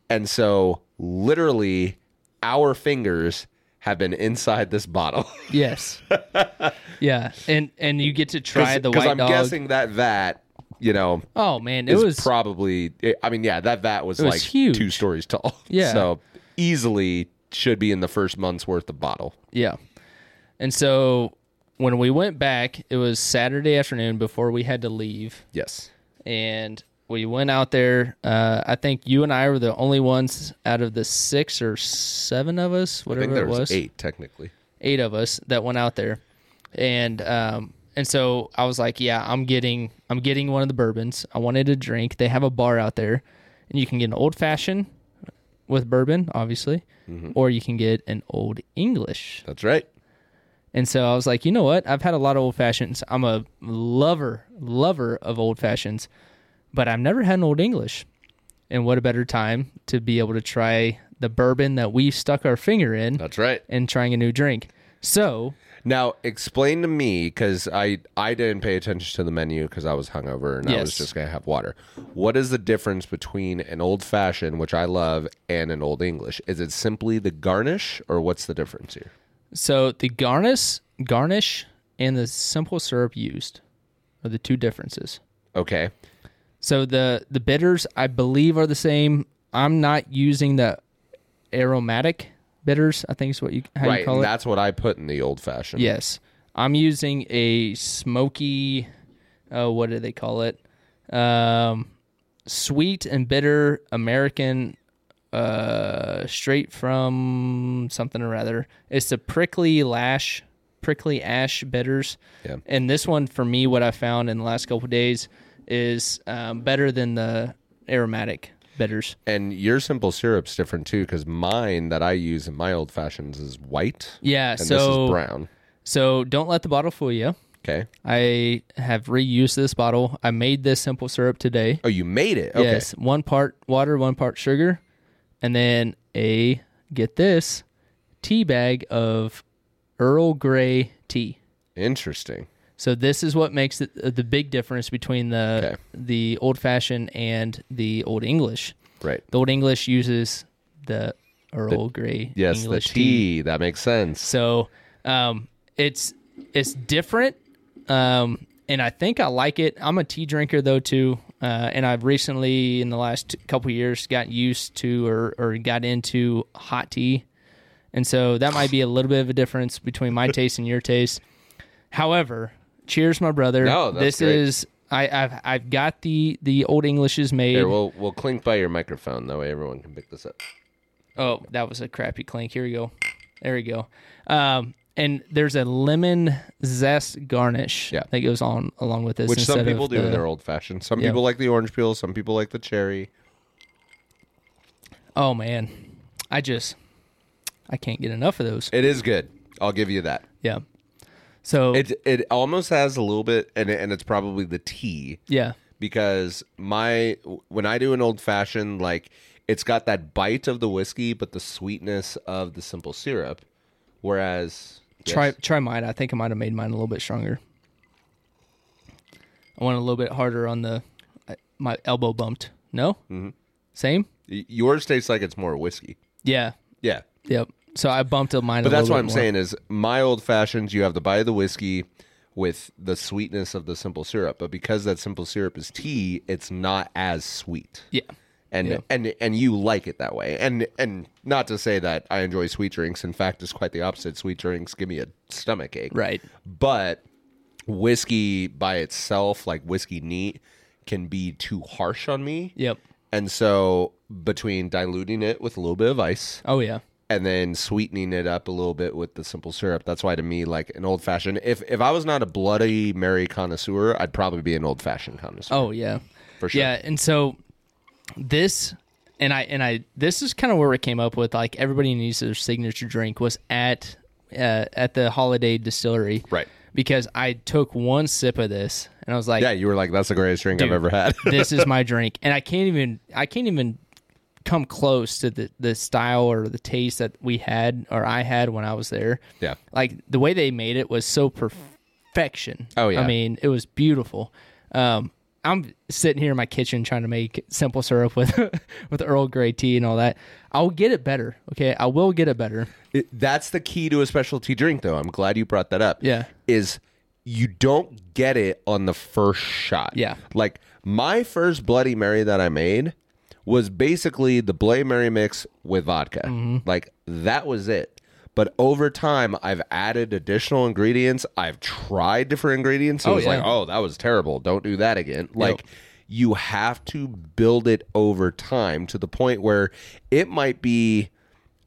S1: and so literally our fingers have been inside this bottle
S2: yes. yeah, and and you get to try the
S1: because
S2: white
S1: i'm
S2: dog.
S1: guessing that vat you know
S2: oh man, it
S1: is
S2: was
S1: probably i mean yeah that vat was,
S2: was
S1: like
S2: huge.
S1: two stories tall
S2: Yeah.
S1: so easily should be in the first month's worth of bottle
S2: Yeah. And so when we went back, it was Saturday afternoon before we had to leave.
S1: yes
S2: And we went out there. Uh, I think you and I were the only ones out of the six or seven of
S1: i
S2: us,
S1: think
S2: whatever
S1: there
S2: it was,
S1: was eight technically
S2: eight of us that went out there. And um, and so I was like, yeah, I'm getting I'm getting one of the bourbons. I wanted a drink. They have a bar out there, and you can get an old fashioned with bourbon, obviously,
S1: Mm-hmm.
S2: or you can get an old English.
S1: that's right
S2: And so I was like, you know what? I've had a lot of old fashions. I'm a lover, lover of old fashions, but I've never had an old English. And what a better time to be able to try the bourbon that we stuck our finger in
S1: that's right
S2: and trying a new drink. So,
S1: Now explain to me because I I didn't pay attention to the menu because I was hungover and I was
S2: Yes.
S1: just gonna have water. What is the difference between an old fashioned, which I love, and an old English? Is it simply the garnish, or what's the difference here?
S2: so the garnish, garnish and the simple syrup used are the two differences.
S1: Okay,
S2: So the the bitters I believe are the same. I'm not using the aromatic bitters. I think is what you how you
S1: right.
S2: call
S1: and
S2: it.
S1: That's what I put in the old fashioned.
S2: Yes. I'm using a smoky, uh, what do they call it? Um, sweet and bitter American, uh, straight from something or other. It's the prickly lash, prickly ash bitters.
S1: Yeah.
S2: And this one, for me, what I found in the last couple of days is um, better than the aromatic bitters.
S1: And your simple syrup's different too because mine that I use in my old fashions is white
S2: Yeah.
S1: and
S2: so,
S1: this is brown.
S2: so don't let the bottle fool you.
S1: Okay.
S2: I have reused this bottle. I made this simple syrup today.
S1: Oh, you made it. Okay.
S2: Yes, one part water, one part sugar, and then a get this tea bag of Earl Grey tea.
S1: Interesting.
S2: So this is what makes it, uh, the big difference between the
S1: Okay.
S2: the old fashioned and the old English.
S1: Right.
S2: The old English uses the Earl Grey
S1: Yes,
S2: English
S1: the tea. That makes sense.
S2: so um, it's it's different, um, and I think I like it. I'm a tea drinker though too, uh, and I've recently in the last t- couple years got used to or or got into hot tea, and so that might be a little bit of a difference between my taste and your taste. However, cheers, my brother.
S1: No, that's
S2: this
S1: great.
S2: is. I, I've I've got the the old Englishes made.
S1: Here, we'll we'll clink by your microphone. That way, everyone can pick this up.
S2: Oh, that was a crappy clink. Here we go. There we go. Um, and there's a lemon zest garnish
S1: Yeah.
S2: that goes on along with this.
S1: Which some
S2: instead of
S1: people do
S2: the-
S1: in their old fashioned. Some people like the orange peel. Some people like the cherry.
S2: Oh man, I just I can't get enough of those.
S1: It is good. I'll give you that.
S2: Yeah. So
S1: It it almost has a little bit, and and it's probably the tea
S2: yeah,
S1: because my when I do an old fashioned, like it's got that bite of the whiskey, but the sweetness of the simple syrup. Whereas
S2: try
S1: Yes.
S2: try mine. I think I might have made mine a little bit stronger. I went a little bit harder on the I- my elbow bumped. No. Mm-hmm. Same.
S1: Y- yours tastes like it's more whiskey.
S2: Yeah.
S1: Yeah,
S2: Yep. So I bumped up mine.
S1: But
S2: a
S1: that's
S2: little
S1: what
S2: bit
S1: I'm
S2: more.
S1: saying is my old fashions, you have the bite of the whiskey with the sweetness of the simple syrup. But because that simple syrup is tea, it's not as sweet.
S2: Yeah.
S1: And
S2: Yeah.
S1: and and you like it that way. And and not to say that I enjoy sweet drinks. In fact, it's quite the opposite. Sweet drinks give me a stomach ache.
S2: Right.
S1: But whiskey by itself, like whiskey neat, can be too harsh on me.
S2: Yep.
S1: And so between diluting it with a little bit of ice
S2: Oh yeah.
S1: and then sweetening it up a little bit with the simple syrup. That's why to me, like an old fashioned. If if I was not a bloody Mary connoisseur, I'd probably be an old fashioned connoisseur.
S2: Oh yeah,
S1: For sure.
S2: Yeah, and so this and I and I this is kind of where it came up with like everybody needs their signature drink was at uh, at the Holiday Distillery,
S1: Right.
S2: Because I took one sip of this and I was like,
S1: Yeah, you were like, that's the greatest drink I've ever had.
S2: this is my drink, and I can't even I can't even come close to the the style or the taste that we had or I had when I was there.
S1: Yeah.
S2: Like the way they made it was so perfection.
S1: Oh, yeah.
S2: I mean, it was beautiful. Um, I'm sitting here in my kitchen trying to make simple syrup with with Earl Grey tea and all that. I'll get it better. Okay, I will get it better.
S1: It- that's the key to a specialty drink, though. I'm glad you brought that up.
S2: Yeah.
S1: Is you don't get it on the first shot.
S2: Yeah.
S1: Like my first Bloody Mary that I made was basically the Bloody Mary mix with vodka.
S2: Mm-hmm.
S1: Like that was it. But over time, I've added additional ingredients. I've tried different ingredients. It
S2: Oh,
S1: was like,
S2: yeah.
S1: oh, that was terrible. Don't do that again. Like, you have to build it over time to the point where it might be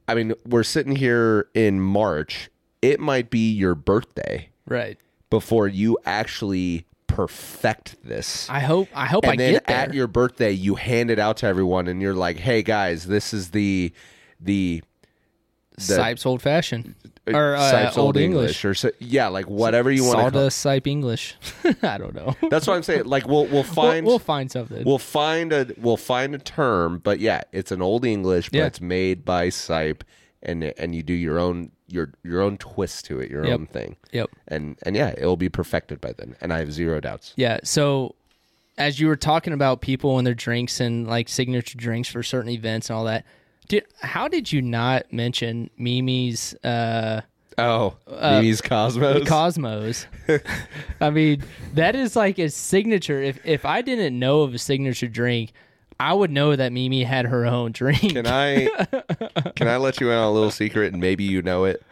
S1: I mean, we're sitting here in March. It might be your birthday
S2: Right.
S1: before you actually perfect this.
S2: I hope. I hope I
S1: and then
S2: get there.
S1: at your birthday, you hand it out to everyone and you're like, "Hey guys, this is the the
S2: Sipes old fashioned
S1: uh,
S2: or uh,
S1: Sipes
S2: old English.
S1: or so, yeah, like whatever you want to
S2: Sawdust Sipe English. I don't know.
S1: That's what I'm saying. Like we'll we'll
S2: We'll,
S1: find
S2: we'll find something.
S1: We'll find a we'll find a term, but yeah, it's an old English, but
S2: Yeah.
S1: it's made by Sipe, and and you do your own your your own twist to it, your
S2: Yep.
S1: own thing,
S2: yep.
S1: and and yeah, it'll be perfected by then, and I have zero doubts.
S2: Yeah. So, as you were talking about people and their drinks and like signature drinks for certain events and all that, did how did you not mention Mimi's uh,
S1: Oh, Mimi's Cosmos.
S2: Cosmos? I mean, that is like a signature. If if I didn't know of a signature drink, I would know that Mimi had her own drink.
S1: can I can I let you in on a little secret, and maybe you know it?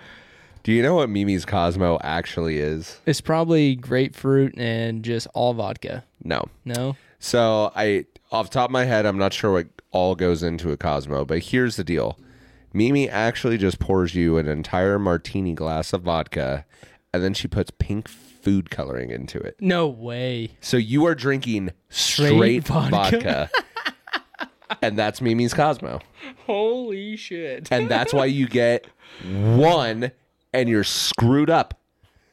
S1: Do you know what Mimi's Cosmo actually is?
S2: It's probably grapefruit and just all vodka.
S1: No.
S2: No.
S1: So I off the top of my head, I'm not sure what all goes into a Cosmo, but here's the deal. Mimi actually just pours you an entire martini glass of vodka and then she puts pink food coloring into it.
S2: No way.
S1: So you are drinking straight, vodka.
S2: vodka.
S1: and that's Mimi's Cosmo.
S2: Holy shit.
S1: And that's why you get one and you're screwed up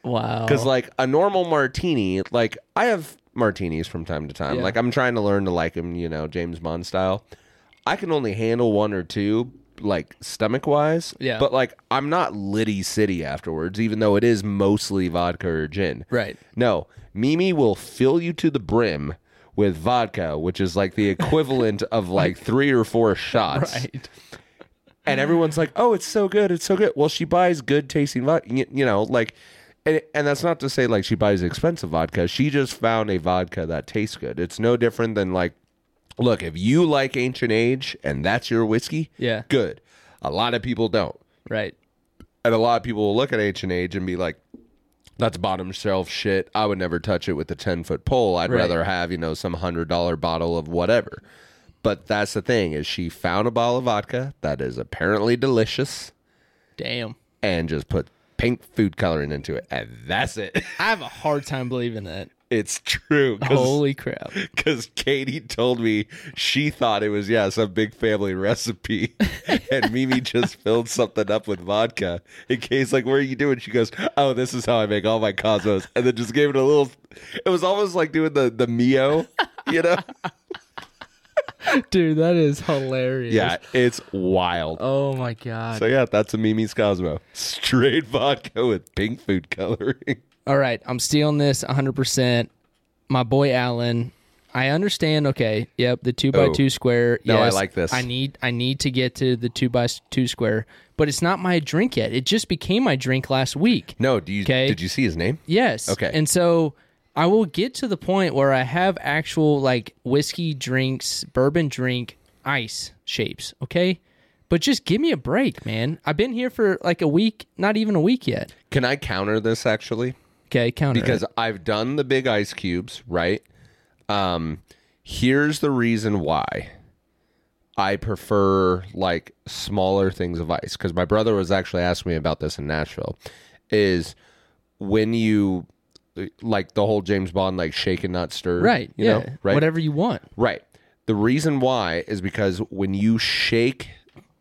S2: Wow.
S1: because like a normal martini like i have martinis from time to time
S2: Yeah.
S1: like i'm trying to learn to like them you know james bond style i can only handle one or two like stomach wise
S2: Yeah.
S1: but like i'm not litty city afterwards even though it is mostly vodka or gin
S2: Right.
S1: no mimi will fill you to the brim with vodka which is like the equivalent of like three or four shots
S2: Right.
S1: and everyone's like, "Oh, it's so good, it's so good." Well, she buys good tasting vodka, you, know, like, and, and that's not to say like she buys expensive vodka. She just found a vodka that tastes good. It's no different than like, look, if you like Ancient Age and that's your whiskey,
S2: Yeah.
S1: good. A lot of people don't,
S2: Right.
S1: and a lot of people will look at Ancient Age and be like. That's bottom shelf shit. I would never touch it with a 10 foot pole. I'd
S2: Right.
S1: rather have, you know, some $100 bottle of whatever. But that's the thing is she found a bottle of vodka that is apparently delicious
S2: Damn.
S1: and just put pink food coloring into it, and that's it.
S2: I have a hard time believing that.
S1: It's true
S2: Holy crap.
S1: because Katie told me she thought it was yeah some big family recipe, and Mimi just filled something up with vodka. And Katie's like, "What are you doing?" She goes, "Oh, this is how I make all my cosmos," and then just gave it a little. It was almost like doing the the mio, you know?
S2: Dude, that is hilarious.
S1: yeah, it's wild.
S2: Oh my god.
S1: So yeah, that's a Mimi's Cosmo. Straight vodka with pink food coloring.
S2: All right, I'm stealing this 100%. My boy Alan, I understand. Okay, yep, the two by
S1: Oh.
S2: two square.
S1: No, I
S2: yes,
S1: like this.
S2: I need, I need to get to the two by s- two square, but it's not my drink yet. It just became my drink last week.
S1: No, do you
S2: Okay.
S1: did you see his name?
S2: Yes.
S1: Okay.
S2: And so I will get to the point where I have actual like whiskey drinks, bourbon drink, ice shapes. Okay. But just give me a break, man. I've been here for like a week, not even a week yet.
S1: Can I counter this actually?
S2: Okay, counter. it.
S1: because I've done the big ice cubes, right? Um, here's the reason why I prefer like smaller things of ice. Because my brother was actually asking me about this in Nashville. Is when you like the whole James Bond like shake and not stir,
S2: right.
S1: You
S2: yeah.
S1: know, right,
S2: Whatever you want.
S1: right. The reason why is because when you shake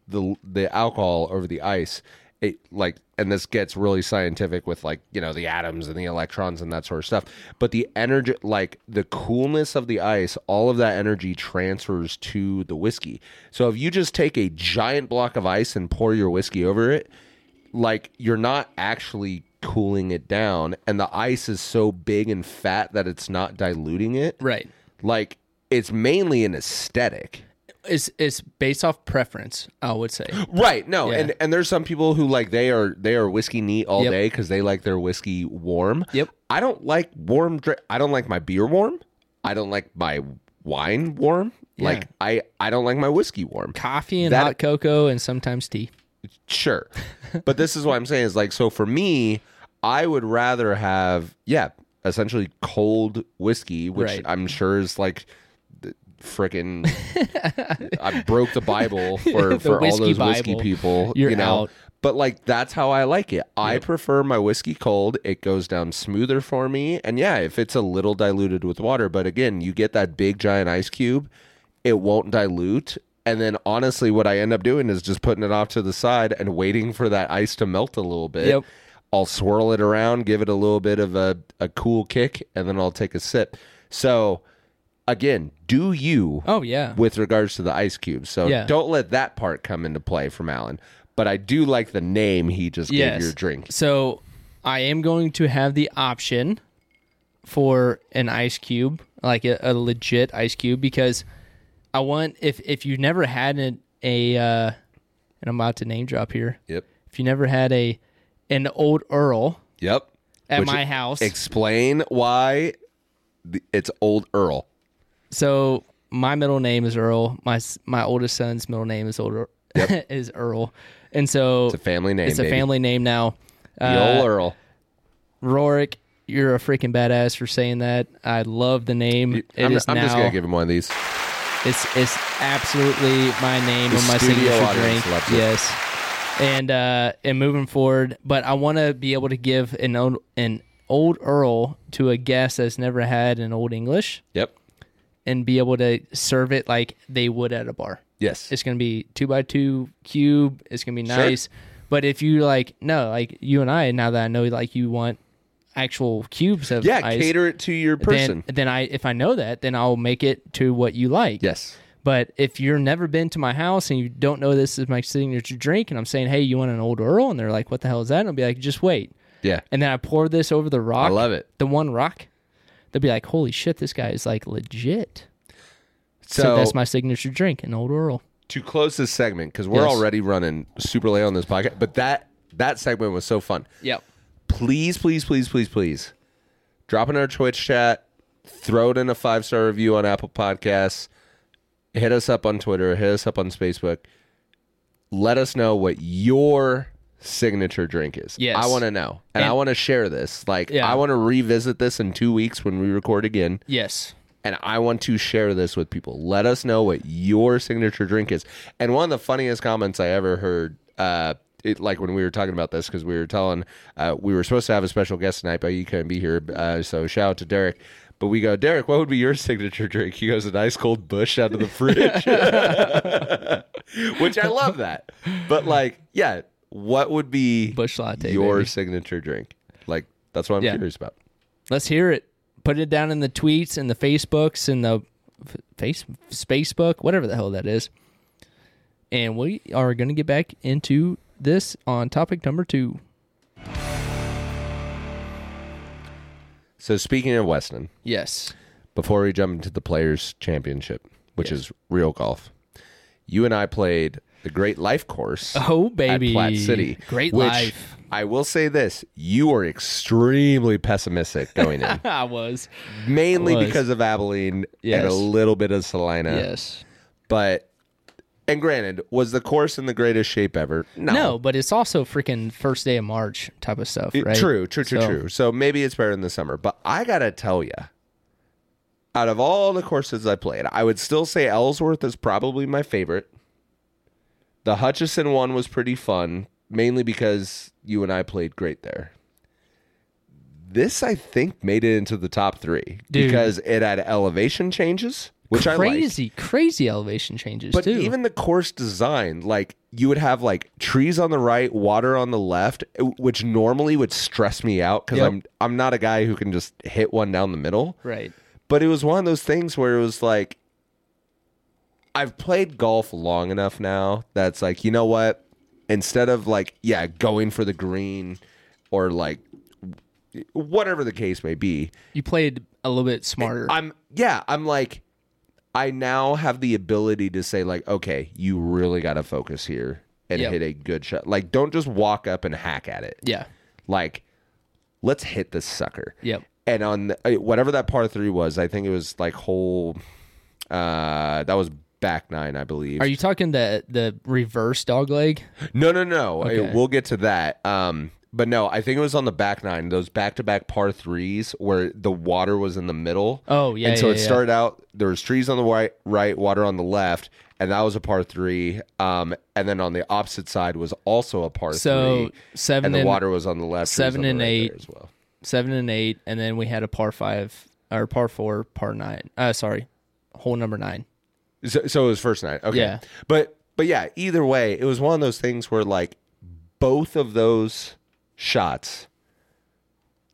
S1: the the alcohol over the ice, it like and this gets really scientific with like you know the atoms and the electrons and that sort of stuff but the energy like the coolness of the ice all of that energy transfers to the whiskey so if you just take a giant block of ice and pour your whiskey over it like you're not actually cooling it down and the ice is so big and fat that it's not diluting it
S2: Right.
S1: like it's mainly an aesthetic
S2: It's it's based off preference, I would say.
S1: Right. No.
S2: Yeah.
S1: And and there's some people who like they are they are whiskey neat all day
S2: Yep.
S1: 'cause day because they like their whiskey warm.
S2: Yep.
S1: I don't like warm. Dri- I don't like my beer warm. I don't like my wine warm. Like I I don't like my whiskey warm.
S2: Coffee and
S1: That-
S2: hot cocoa and sometimes tea.
S1: Sure. but this is what I'm saying is like so for me, I would rather have yeah essentially cold whiskey, which
S2: Right.
S1: I'm sure is like. the Frickin' I broke the Bible for,
S2: The
S1: for all
S2: whiskey
S1: those whiskey
S2: Bible.
S1: people.
S2: You're
S1: you know,
S2: out.
S1: but like that's how I like it. I prefer my whiskey cold. It goes down smoother for me. And yeah, if it's a little diluted with water, but again, you get that big giant ice cube, it won't dilute. And then honestly, what I end up doing is just putting it off to the side and waiting for that ice to melt a little bit.
S2: Yep.
S1: I'll swirl it around, give it a little bit of a, a cool kick, and then I'll take a sip. So again, do you
S2: Oh yeah.
S1: with regards to the ice cube. So
S2: Yeah.
S1: don't let that part come into play from Alan. But I do like the name he just
S2: Yes.
S1: gave your drink.
S2: So I am going to have the option for an ice cube, like a, a legit ice cube, because I want if if you've never had an, a uh, and I'm about to name drop here.
S1: Yep.
S2: If you never had a an old Earl
S1: Yep.
S2: at
S1: Which- e-
S2: my house,
S1: Explain why th- it's old Earl.
S2: so my middle name is Earl. My s- my oldest son's middle name is older is Earl, and so
S1: It's a family name.
S2: it's a
S1: baby.
S2: family name now. Uh,
S1: The old Earl.
S2: Rorik, you're a freaking badass for saying that. I love the name. It is
S1: I'm, I'm
S2: now.
S1: just gonna give him one of these.
S2: it's it's absolutely my name on my
S1: studio
S2: signature
S1: audience
S2: drink.
S1: loves it.
S2: Yes. And uh and moving forward, but I want to be able to give an old an old earl to a guest that's never had an old English
S1: Yep.
S2: and be able to serve it like they would at a bar.
S1: Yes.
S2: It's gonna be two by two cube. It's gonna be nice. But if you like, no, like you and I, now that I know, like you want actual cubes of
S1: yeah.
S2: ice,
S1: cater it to your person.
S2: Then, then I, if I know that, then I'll make it to what you like.
S1: yes.
S2: But if you're never been to my house and you don't know this is my signature drink, and I'm saying, hey, you want an old Earl, and they're like, what the hell is that? And I'll be like, just wait.
S1: Yeah.
S2: And then I pour this over the rock.
S1: I love it.
S2: The one rock. They'll be like, holy shit, this guy is like legit.
S1: So,
S2: So, that's my signature drink, an old Earl.
S1: to close this segment because we're
S2: Yes.
S1: already running super late on this podcast. But that that segment was so fun.
S2: Yep.
S1: please, please, please, please, please drop in our Twitch chat, throw it in a five star review on Apple Podcasts, hit us up on Twitter, hit us up on Facebook. Let us know what your signature drink is.
S2: Yes.
S1: I want to know. And, I
S2: And-
S1: want to share this. Like,
S2: Yeah.
S1: I want to revisit this in two weeks when we record again.
S2: Yes.
S1: And I want to share this with people. Let us know what your signature drink is. And one of the funniest comments I ever heard, uh, it, like when we were talking about this, because we were telling, uh, we were supposed to have a special guest tonight, but he couldn't be here. Uh, so shout out to Derek. But we go, Derek, what would be your signature drink? He goes, an ice cold bush out of the fridge, which I love that. But like, yeah, what would be
S2: Bush latte,
S1: your
S2: baby.
S1: signature drink? Like, that's what I'm
S2: Yeah.
S1: curious about.
S2: Let's hear it. Put it down in the tweets and the Facebooks and the f- face Facebook, whatever the hell that is. And we are going to get back into this on topic number two.
S1: So speaking of Weston,
S2: Yes.
S1: before we jump into the players championship which
S2: Yes.
S1: is real golf you and i played the great life course
S2: Oh baby,
S1: at platt city
S2: Great
S1: which
S2: life.
S1: i will say this you were extremely pessimistic going in
S2: I was.
S1: mainly
S2: Was.
S1: because of abilene and
S2: Yes.
S1: a little bit of salina
S2: Yes.
S1: but and granted was the course in the greatest shape ever no,
S2: No, but it's also freaking first day of March type of stuff,
S1: It-
S2: right?
S1: True, true, true,
S2: So-
S1: true. So maybe it's better in the summer, but I gotta tell you, out of all the courses I played, I would still say Ellsworth is probably my favorite. The Hutchison one was pretty fun, mainly because you and I played great there. This I think made it into the top three
S2: Dude.
S1: because it had elevation changes, which I like.
S2: crazy, crazy elevation changes
S1: But
S2: too.
S1: even the course design, like you would have like trees on the right, water on the left, which normally would stress me out because
S2: Yep.
S1: I'm I'm not a guy who can just hit one down the middle.
S2: right.
S1: But it was one of those things where it was like I've played golf long enough now that's like, you know what? Instead of like, yeah, going for the green or like whatever the case may be,
S2: You played a little bit smarter.
S1: I'm yeah, I'm like I now have the ability to say like, okay, you really got to focus here and
S2: Yep.
S1: hit a good shot. Like don't just walk up and hack at it.
S2: yeah.
S1: Like let's hit this sucker.
S2: Yep.
S1: And on the, uh, whatever that par 3 was, I think it was like whole uh that was back 9, I believe.
S2: Are you talking the the reverse dog leg?
S1: No, no, no.
S2: Okay.
S1: Uh, We'll get to that. Um, but no, I think it was on the back nine, those back to back par threes where the water was in the middle.
S2: Oh, yeah,
S1: And so
S2: yeah,
S1: it
S2: yeah.
S1: started out there was trees on the right, right, water on the left, and that was a par three. Um, and then on the opposite side was also a par
S2: So
S1: three.
S2: seven
S1: And the
S2: and
S1: water was on the left. trees
S2: seven
S1: on the
S2: and
S1: right there
S2: eight.
S1: as well.
S2: seven and eight, and then we had a par five or par four, par nine. Uh, sorry, hole number nine.
S1: So, so it was first night. Okay.
S2: Yeah.
S1: But but yeah, either way, it was one of those things where like both of those shots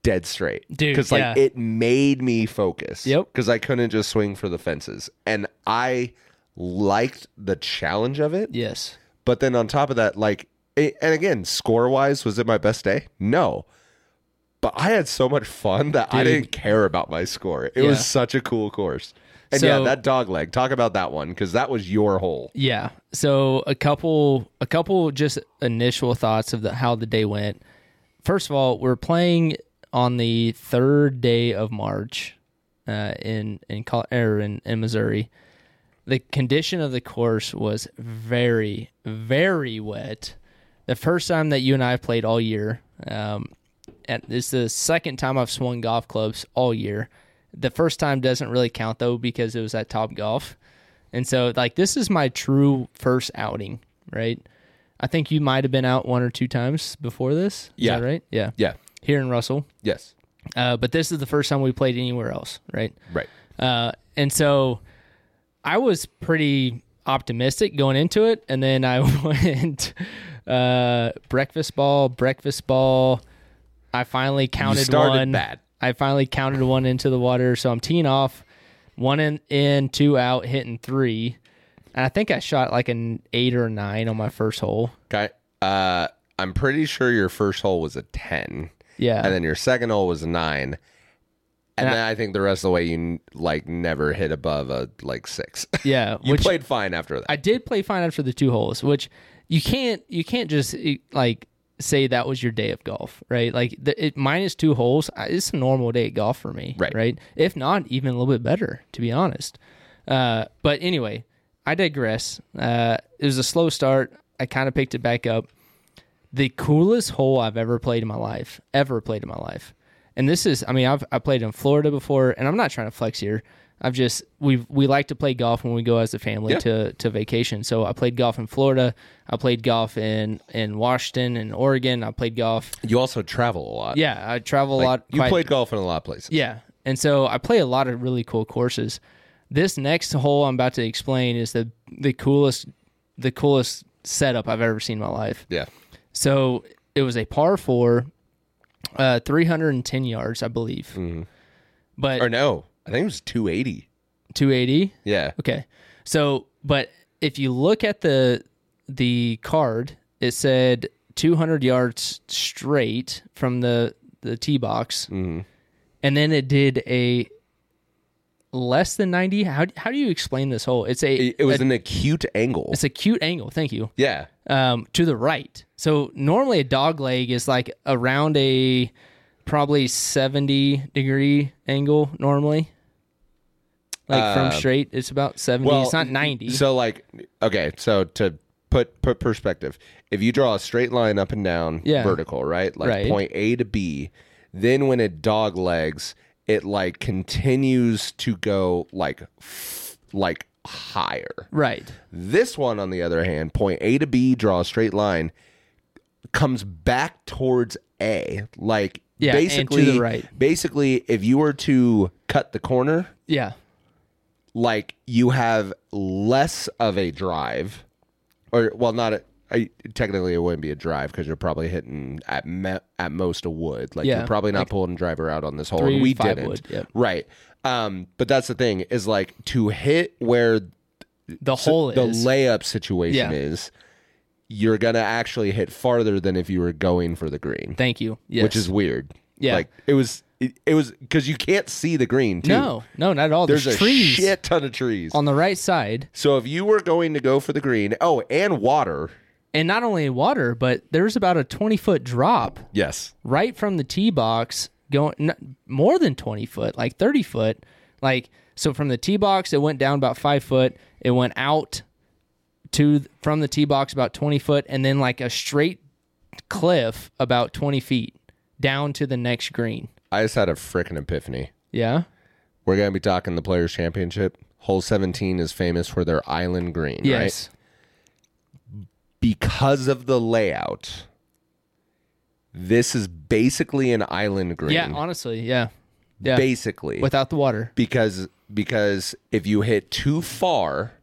S1: dead straight.
S2: Dude,
S1: Cuz like
S2: yeah.
S1: it made me focus.
S2: Yep.
S1: Cuz I couldn't just swing for the fences. And I liked the challenge of it.
S2: Yes.
S1: But then on top of that, like, it, and again, score wise, was it my best day? No. But I had so much fun that I
S2: Dude.
S1: didn't care about my score. It
S2: Yeah.
S1: was such a cool course. And yeah,
S2: So-
S1: that dog leg. Talk about that one because that was your hole.
S2: Yeah. So a couple, a couple just initial thoughts of the, how the day went. First of all, we're playing on the third day of March uh, in in Col- or in, in Missouri. The condition of the course was very, very wet. The first time that you and I have played all year, um, and it's the second time I've swung golf clubs all year. The first time doesn't really count though because it was at Top Golf, and so like this is my true first outing, right? I think you might have been out one or two times before this. Is
S1: Yeah.
S2: that right? Yeah,
S1: Yeah.
S2: here in Russell.
S1: Yes.
S2: Uh, but this is the first time we played anywhere else, right?
S1: Right.
S2: Uh, and so I was pretty optimistic going into it, and then I went uh, breakfast ball, breakfast ball. I finally counted
S1: started
S2: one.
S1: bad.
S2: I finally counted one into the water, so I'm teeing off, one in, in two out, hitting three. And I think I shot like an eight or a nine on my first hole.
S1: Okay. Uh, I'm pretty sure your first hole was a 10,
S2: Yeah,
S1: and then your second hole was a 9. And, then I, think the rest of the way you like never hit above a like six.
S2: yeah.
S1: you played fine after that.
S2: I did play fine after the two holes, which you can't you can't just eh, like say that was your day of golf, right? Like the, it minus two holes, I- it's a normal day of golf for me,
S1: Right.
S2: Right? If not, even a little bit better, to be honest. Uh, but anyway, I digress. Uh, it was a slow start. I kind of picked it back up. The coolest hole I've ever played in my life, ever played in my life. And this is, I mean, I've I played in Florida before, and I'm not trying to flex here. I've just we we like to play golf when we go as a family
S1: Yeah.
S2: to to vacation. So I played golf in Florida. I played golf in in Washington and Oregon. I played golf.
S1: you also travel a lot.
S2: Yeah, I travel a
S1: Like,
S2: lot.
S1: you
S2: quite-
S1: played golf in a lot of places.
S2: yeah. And so I play a lot of really cool courses. This next hole I'm about to explain is the the coolest the coolest setup I've ever seen in my life.
S1: Yeah.
S2: So it was a par four, uh, 310 yards, I believe. But
S1: Or no, I think it was 280.
S2: 280.
S1: Yeah.
S2: Okay. So, but if you look at the the card, it said 200 yards straight from the the tee box, and then it did a less than 90. How how do you explain this hole? It's a
S1: It, it was
S2: a-
S1: an acute angle.
S2: it's a cute angle. Thank you.
S1: Yeah.
S2: Um, to the right. So normally a dog leg is like around a probably 70 degree angle normally. Like from straight, it's about 70. it's not 90.
S1: So like okay, so to put put perspective, if you draw a straight line up and down
S2: Yeah.
S1: vertical, right? Like
S2: Right.
S1: point A to B, then when it dog legs, it like continues to go like f- like higher.
S2: Right.
S1: This one on the other hand, point A to B, draw a straight line, comes back towards A. Like
S2: Yeah, and to
S1: basically
S2: the right.
S1: basically if you were to cut the corner,
S2: Yeah.
S1: like you have less of a drive, or well, not a, I technically it wouldn't be a drive because you're probably hitting at me, at most a wood. Like
S2: Yeah,
S1: you're probably not pulling driver out on this hole.
S2: Three,
S1: and we
S2: five
S1: didn't,
S2: wood, yep.
S1: right? Um, but that's the thing is like to hit where
S2: The hole
S1: the
S2: is
S1: layup situation
S2: Yeah.
S1: is, you're gonna actually hit farther than if you were going for the green,
S2: thank you. Yes.
S1: which is weird.
S2: Yeah.
S1: like it was it, it was because you can't see the green. Too.
S2: no, no, not at all. There's,
S1: there's a
S2: trees
S1: shit ton of trees.
S2: on the right side,
S1: So if you were going to go for the green, oh, and water,
S2: and not only water, but there's about a twenty foot drop
S1: yes,
S2: right from the tee box going n- more than 20 foot like 30 foot like so from the tee box it went down about five foot it went out to from the tee box about 20 foot and then like a straight cliff about 20 feet down to the next green
S1: I just had a frickin' epiphany.
S2: yeah
S1: We're gonna be talking the Players Championship. Hole 17 is famous for their island green, right?
S2: yes
S1: Because of the layout, this is basically an island green.
S2: yeah honestly yeah yeah
S1: basically.
S2: without the water
S1: because because if you hit too far,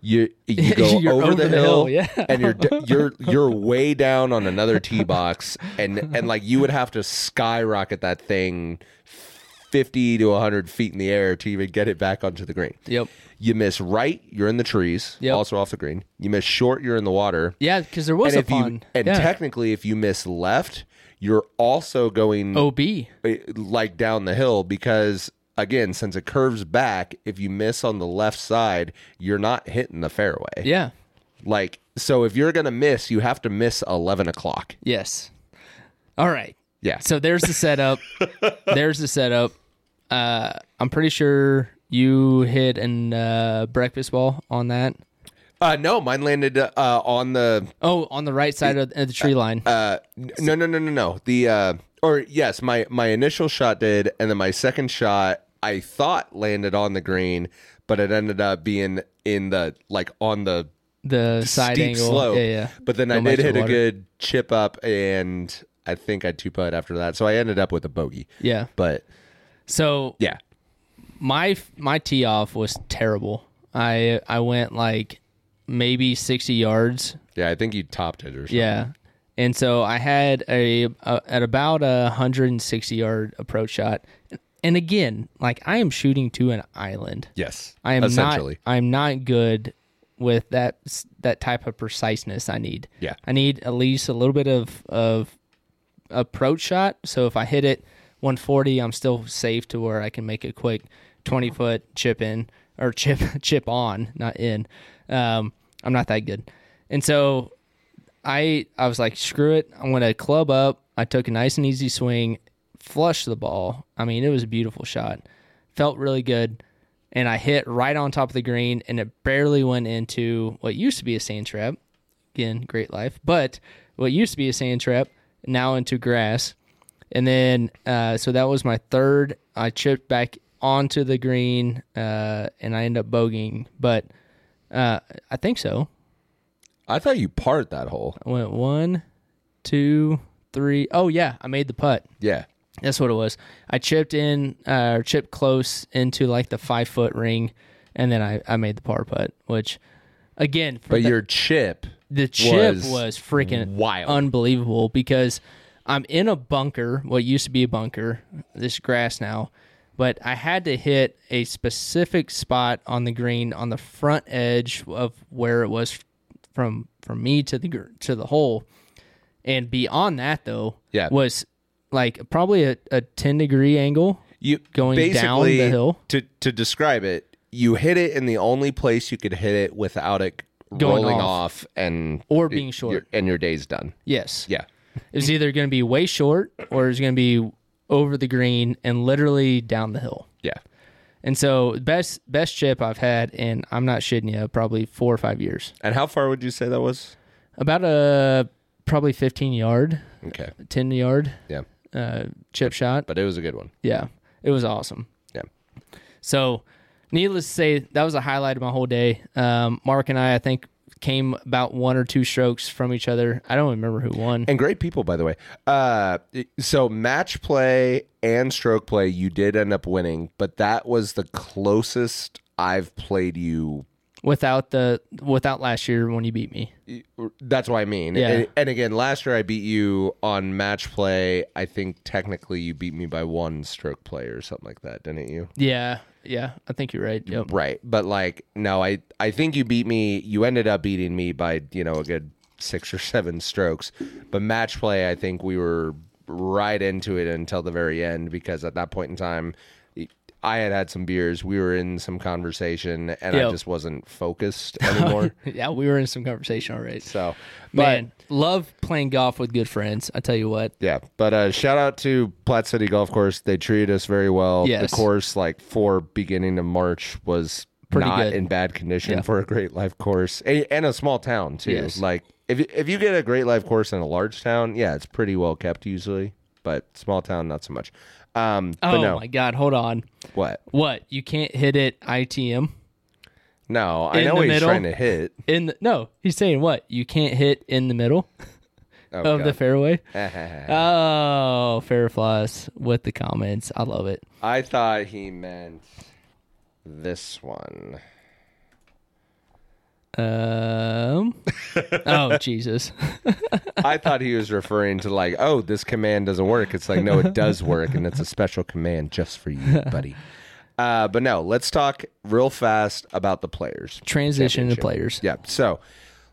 S1: you you go
S2: You're
S1: over, the, hill,
S2: yeah.
S1: and you're d- you're you're way down on another tee box, and and like you would have to skyrocket that thing fifty to hundred feet in the air to even get it back onto the green.
S2: yep
S1: You miss right, you're in the trees,
S2: Yep.
S1: also off the green. You miss short, you're in the water.
S2: yeah because there was
S1: And
S2: a
S1: if you
S2: pond
S1: and
S2: yeah.
S1: technically, if you miss left, you're also going
S2: ob
S1: it- like down the hill because again since it curves back if you miss on the left side you're not hitting the fairway
S2: yeah
S1: like so if you're gonna miss you have to miss 11 o'clock
S2: yes all right
S1: yeah
S2: So there's the setup. there's the setup. Uh, I'm pretty sure you hit an uh, breakfast ball on that.
S1: uh no mine landed uh on the
S2: Oh, on the right side of of the tree line.
S1: uh n- no no no no no the uh or yes my my initial shot did and then my second shot i thought landed on the green but it ended up being in the like on the
S2: The side
S1: steep
S2: angle.
S1: slope.
S2: Yeah, yeah.
S1: But then I
S2: Go back
S1: did
S2: to
S1: hit a
S2: water.
S1: good chip up, and I think I two putt after that. So I ended up with a bogey.
S2: Yeah.
S1: But
S2: So
S1: yeah,
S2: my my tee off was terrible. I I went like maybe 60 yards
S1: yeah, I think you topped it or something.
S2: Yeah. And so I had a, a at about a 160 yard approach shot. And again, like I am shooting to an island.
S1: Yes,
S2: I am not.
S1: essentially.
S2: I am not good with that s- that type of preciseness. I need.
S1: Yeah.
S2: I need at least a little bit of of approach shot. So if I hit it 140, I'm still safe to where I can make a quick 20 foot chip in or chip chip on, not in. Um, I'm not that good, and so I I was like, screw it. I'm gonna club up. I took a nice and easy swing, flushed the ball. I mean, it was a beautiful shot. Felt really good. And I hit right on top of the green and it barely went into what used to be a sand trap. Again, great life. But what used to be a sand trap, now into grass. And then uh, so that was my third. I chipped back onto the green, uh, and I end up bogeying. But uh, I think so.
S1: I thought you parred that hole.
S2: I went one, two, three. Oh yeah, I made the putt.
S1: Yeah,
S2: That's what it was. I chipped in, uh, or chipped close into like the five foot ring, and then I, I made the par putt. Which, again, for
S1: but
S2: the,
S1: your chip.
S2: the chip
S1: was
S2: was, freaking
S1: wild.
S2: unbelievable because I'm in a bunker, what used to be a bunker, this grass now, but I had to hit a specific spot on the green on the front edge of where it was from from me to the gr- to the hole, and beyond that though,
S1: Yeah.
S2: was like probably a, a ten degree angle.
S1: You
S2: Going down
S1: basically,
S2: the hill?
S1: to to describe it. You hit it in the only place you could hit it without it
S2: Going
S1: rolling
S2: off.
S1: off, and
S2: Or
S1: it-
S2: being short.
S1: your- and your day's done.
S2: Yes,
S1: Yeah,
S2: it was either going to be way short or it was going to be over the green and literally down the hill.
S1: yeah,
S2: And so best best chip I've had, and I'm not shitting you, probably four or five years.
S1: and how far would you say that was?
S2: About a probably 15 yard,
S1: Okay,
S2: 10 yard
S1: yeah,
S2: uh, chip shot.
S1: but it was a good one.
S2: Yeah, it was awesome.
S1: Yeah.
S2: So, needless to say, that was a highlight of my whole day. Um, Mark and I, I think, came about one or two strokes from each other. I don't remember who won.
S1: and great people by the way uh so match play and stroke play you did end up winning but that was the closest I've played you.
S2: without the without last year when you beat me.
S1: That's what I mean.
S2: Yeah.
S1: And, and again, last year I beat you on match play. I think technically you beat me by one stroke play or something like that, didn't you?
S2: Yeah, yeah, I think you're right. Yep.
S1: Right. But like, no, I I think you beat me. You ended up beating me by you know a good six or seven strokes. But match play, I think we were right into it until the very end because at that point in time, I had had some beers. We were in some conversation, and I
S2: Yep.
S1: just wasn't focused anymore.
S2: Yeah, we were in some conversation already.
S1: so, but.
S2: Man, love playing golf with good friends. I tell you what.
S1: Yeah, but uh, shout out to Platt City Golf Course. They treated us very well.
S2: Yes.
S1: The course, like for beginning of March, was
S2: Pretty
S1: not
S2: good.
S1: in bad condition
S2: Yeah.
S1: for a great life course and, and a small town too.
S2: Yes.
S1: Like if you- if you get a great life course in a large town, yeah, it's pretty well kept usually, but small town not so much. Um, but
S2: oh
S1: no,
S2: my God, hold on.
S1: what?
S2: What you can't hit it ITM
S1: No, I
S2: In
S1: know
S2: the
S1: what he's
S2: middle?
S1: trying to hit.
S2: in the, no. He's saying what you can't hit in the middle
S1: Oh,
S2: of the
S1: God.
S2: fairway. Oh, fair flies with the comments. I love it.
S1: I thought he meant this one.
S2: Um. oh Jesus.
S1: I thought he was referring to like, oh, this command doesn't work. It's like, no, it does work, and it's a special command just for you, buddy. Uh, but no, let's talk real fast about the players.
S2: Transition to players.
S1: Yeah. So,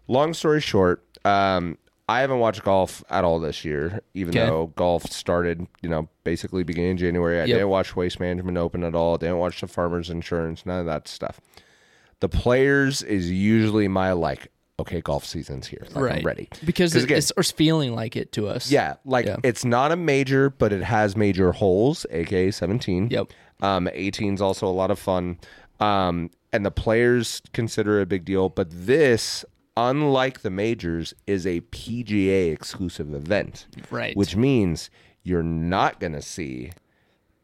S1: long story short, um, I haven't watched golf at all this year, even
S2: Okay.
S1: though golf started, you know, basically beginning of January. I
S2: Yep.
S1: didn't watch Waste Management Open at all. Didn't watch the Farmers Insurance, none of that stuff. The players is usually my like, okay, golf season's here. Like,
S2: right.
S1: I'm ready.
S2: because
S1: 'Cause
S2: it,
S1: again-
S2: it starts feeling like it to us.
S1: Yeah, like
S2: Yeah.
S1: it's not a major, but it has major holes, aka 17.
S2: Yep.
S1: Um 18's also a lot of fun. Um and the players consider it a big deal, but this unlike the majors is a PGA exclusive event.
S2: Right.
S1: Which means you're not going to see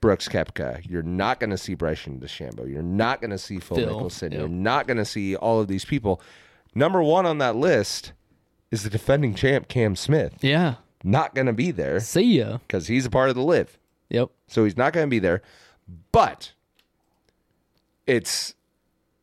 S1: Brooks Kepka. You're not going to see Bryson DeChambeau. You're not going to see Phil,
S2: Phil,
S1: Mickelson.
S2: yep.
S1: You're not going to see all of these people. Number 1 on that list is the defending champ Cam Smith
S2: Yeah.
S1: not going to be there
S2: See ya.
S1: because he's a part of the live.
S2: Yep.
S1: So he's not going to be there. But it's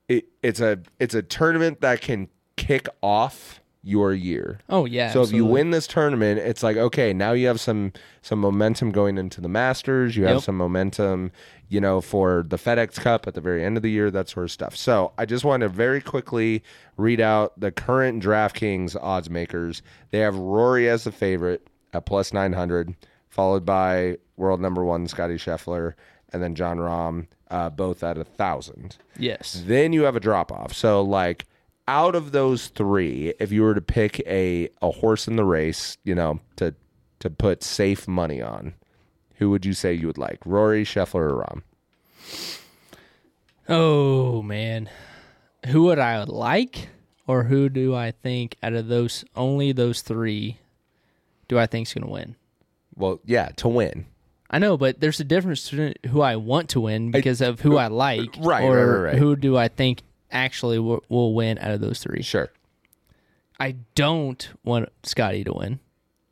S1: it, it's a it's a tournament that can kick off your year.
S2: Oh yeah.
S1: So if you
S2: absolutely.
S1: win this tournament, it's like okay, now you have some some momentum going into the Masters. You have
S2: Yep.
S1: some momentum, you know, for the FedEx Cup at the very end of the year, that sort of stuff. So I just want to very quickly read out the current DraftKings odds makers. They have Rory as the favorite at plus nine hundred, followed by world number one Scotty Scheffler, and then John Rahm, uh, both at a thousand.
S2: yes.
S1: Then you have a drop off. So like out of those three, if you were to pick a a horse in the race, you know, to to put safe money on, who would you say you would like? Rory, Scheffler, or Rom?
S2: Oh man, who would I like, or who do I think out of those only those three, do I think's gonna win?
S1: Well, yeah, to win.
S2: I know, but there's a difference between who I want to win because of who I like,
S1: right,
S2: Or
S1: right, right, right.
S2: who do I think actually w- will win out of those three?
S1: Sure.
S2: I don't want Scotty to win.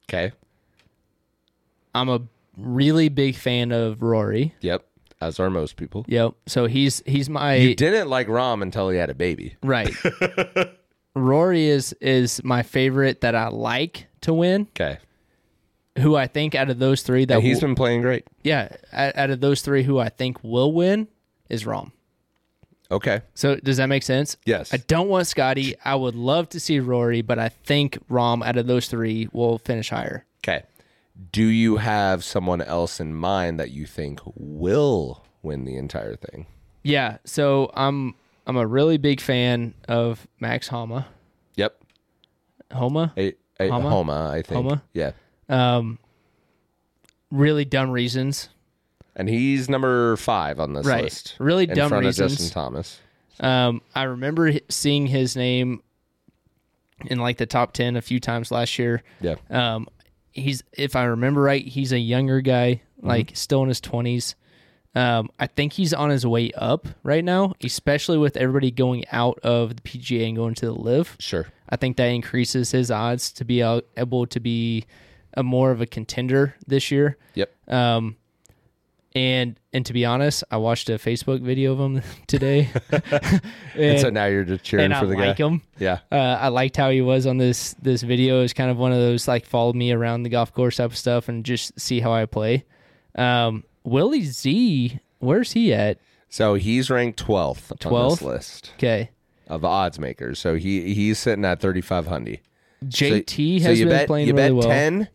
S1: Okay.
S2: I'm a really big fan of Rory.
S1: Yep. As are most people.
S2: Yep. So he's he's my
S1: You didn't like Rom until he had a baby.
S2: right. Rory is is my favorite that I like to win.
S1: Okay.
S2: who I think out of those three that
S1: He's
S2: will-
S1: been playing great.
S2: yeah out out of those three who I think will win is Rom.
S1: Okay.
S2: So does that make sense?
S1: Yes.
S2: I don't want Scotty. I would love to see Rory, but I think Rom out of those three will finish higher.
S1: Okay. Do you have someone else in mind that you think will win the entire thing?
S2: Yeah. So I'm I'm a really big fan of Max Homa.
S1: Yep.
S2: Homa.
S1: A, a-
S2: Homa?
S1: Homa? I think.
S2: Homa?
S1: Yeah.
S2: Um, really dumb reasons.
S1: And he's number five on this
S2: Right.
S1: list.
S2: Really
S1: in
S2: dumb
S1: front
S2: reasons.
S1: Of Justin Thomas.
S2: Um, I remember h- seeing his name in like the top ten a few times last year.
S1: Yeah.
S2: Um, he's if I remember right, he's a younger guy,
S1: Mm-hmm.
S2: like still in his twenties. Um, I think he's on his way up right now, especially with everybody going out of the PGA and going to the Live.
S1: Sure.
S2: I think that increases his odds to be out, able to be a more of a contender this year.
S1: Yep.
S2: Um, And and to be honest, I watched a Facebook video of him today.
S1: And so
S2: and
S1: now you're just cheering
S2: and I
S1: for the
S2: like
S1: guy.
S2: him.
S1: Yeah.
S2: Uh, I liked how he was on this this video. It was kind of one of those like follow me around the golf course type of stuff and just see how I play. Um, Willie Z, where's he at?
S1: So he's ranked 12th, on
S2: 12th?
S1: this list
S2: Okay,
S1: of odds makers. So he he's sitting at 35 hundy. So-
S2: JT
S1: so
S2: has
S1: you
S2: been
S1: bet,
S2: playing
S1: you
S2: really
S1: bet
S2: well.
S1: 10,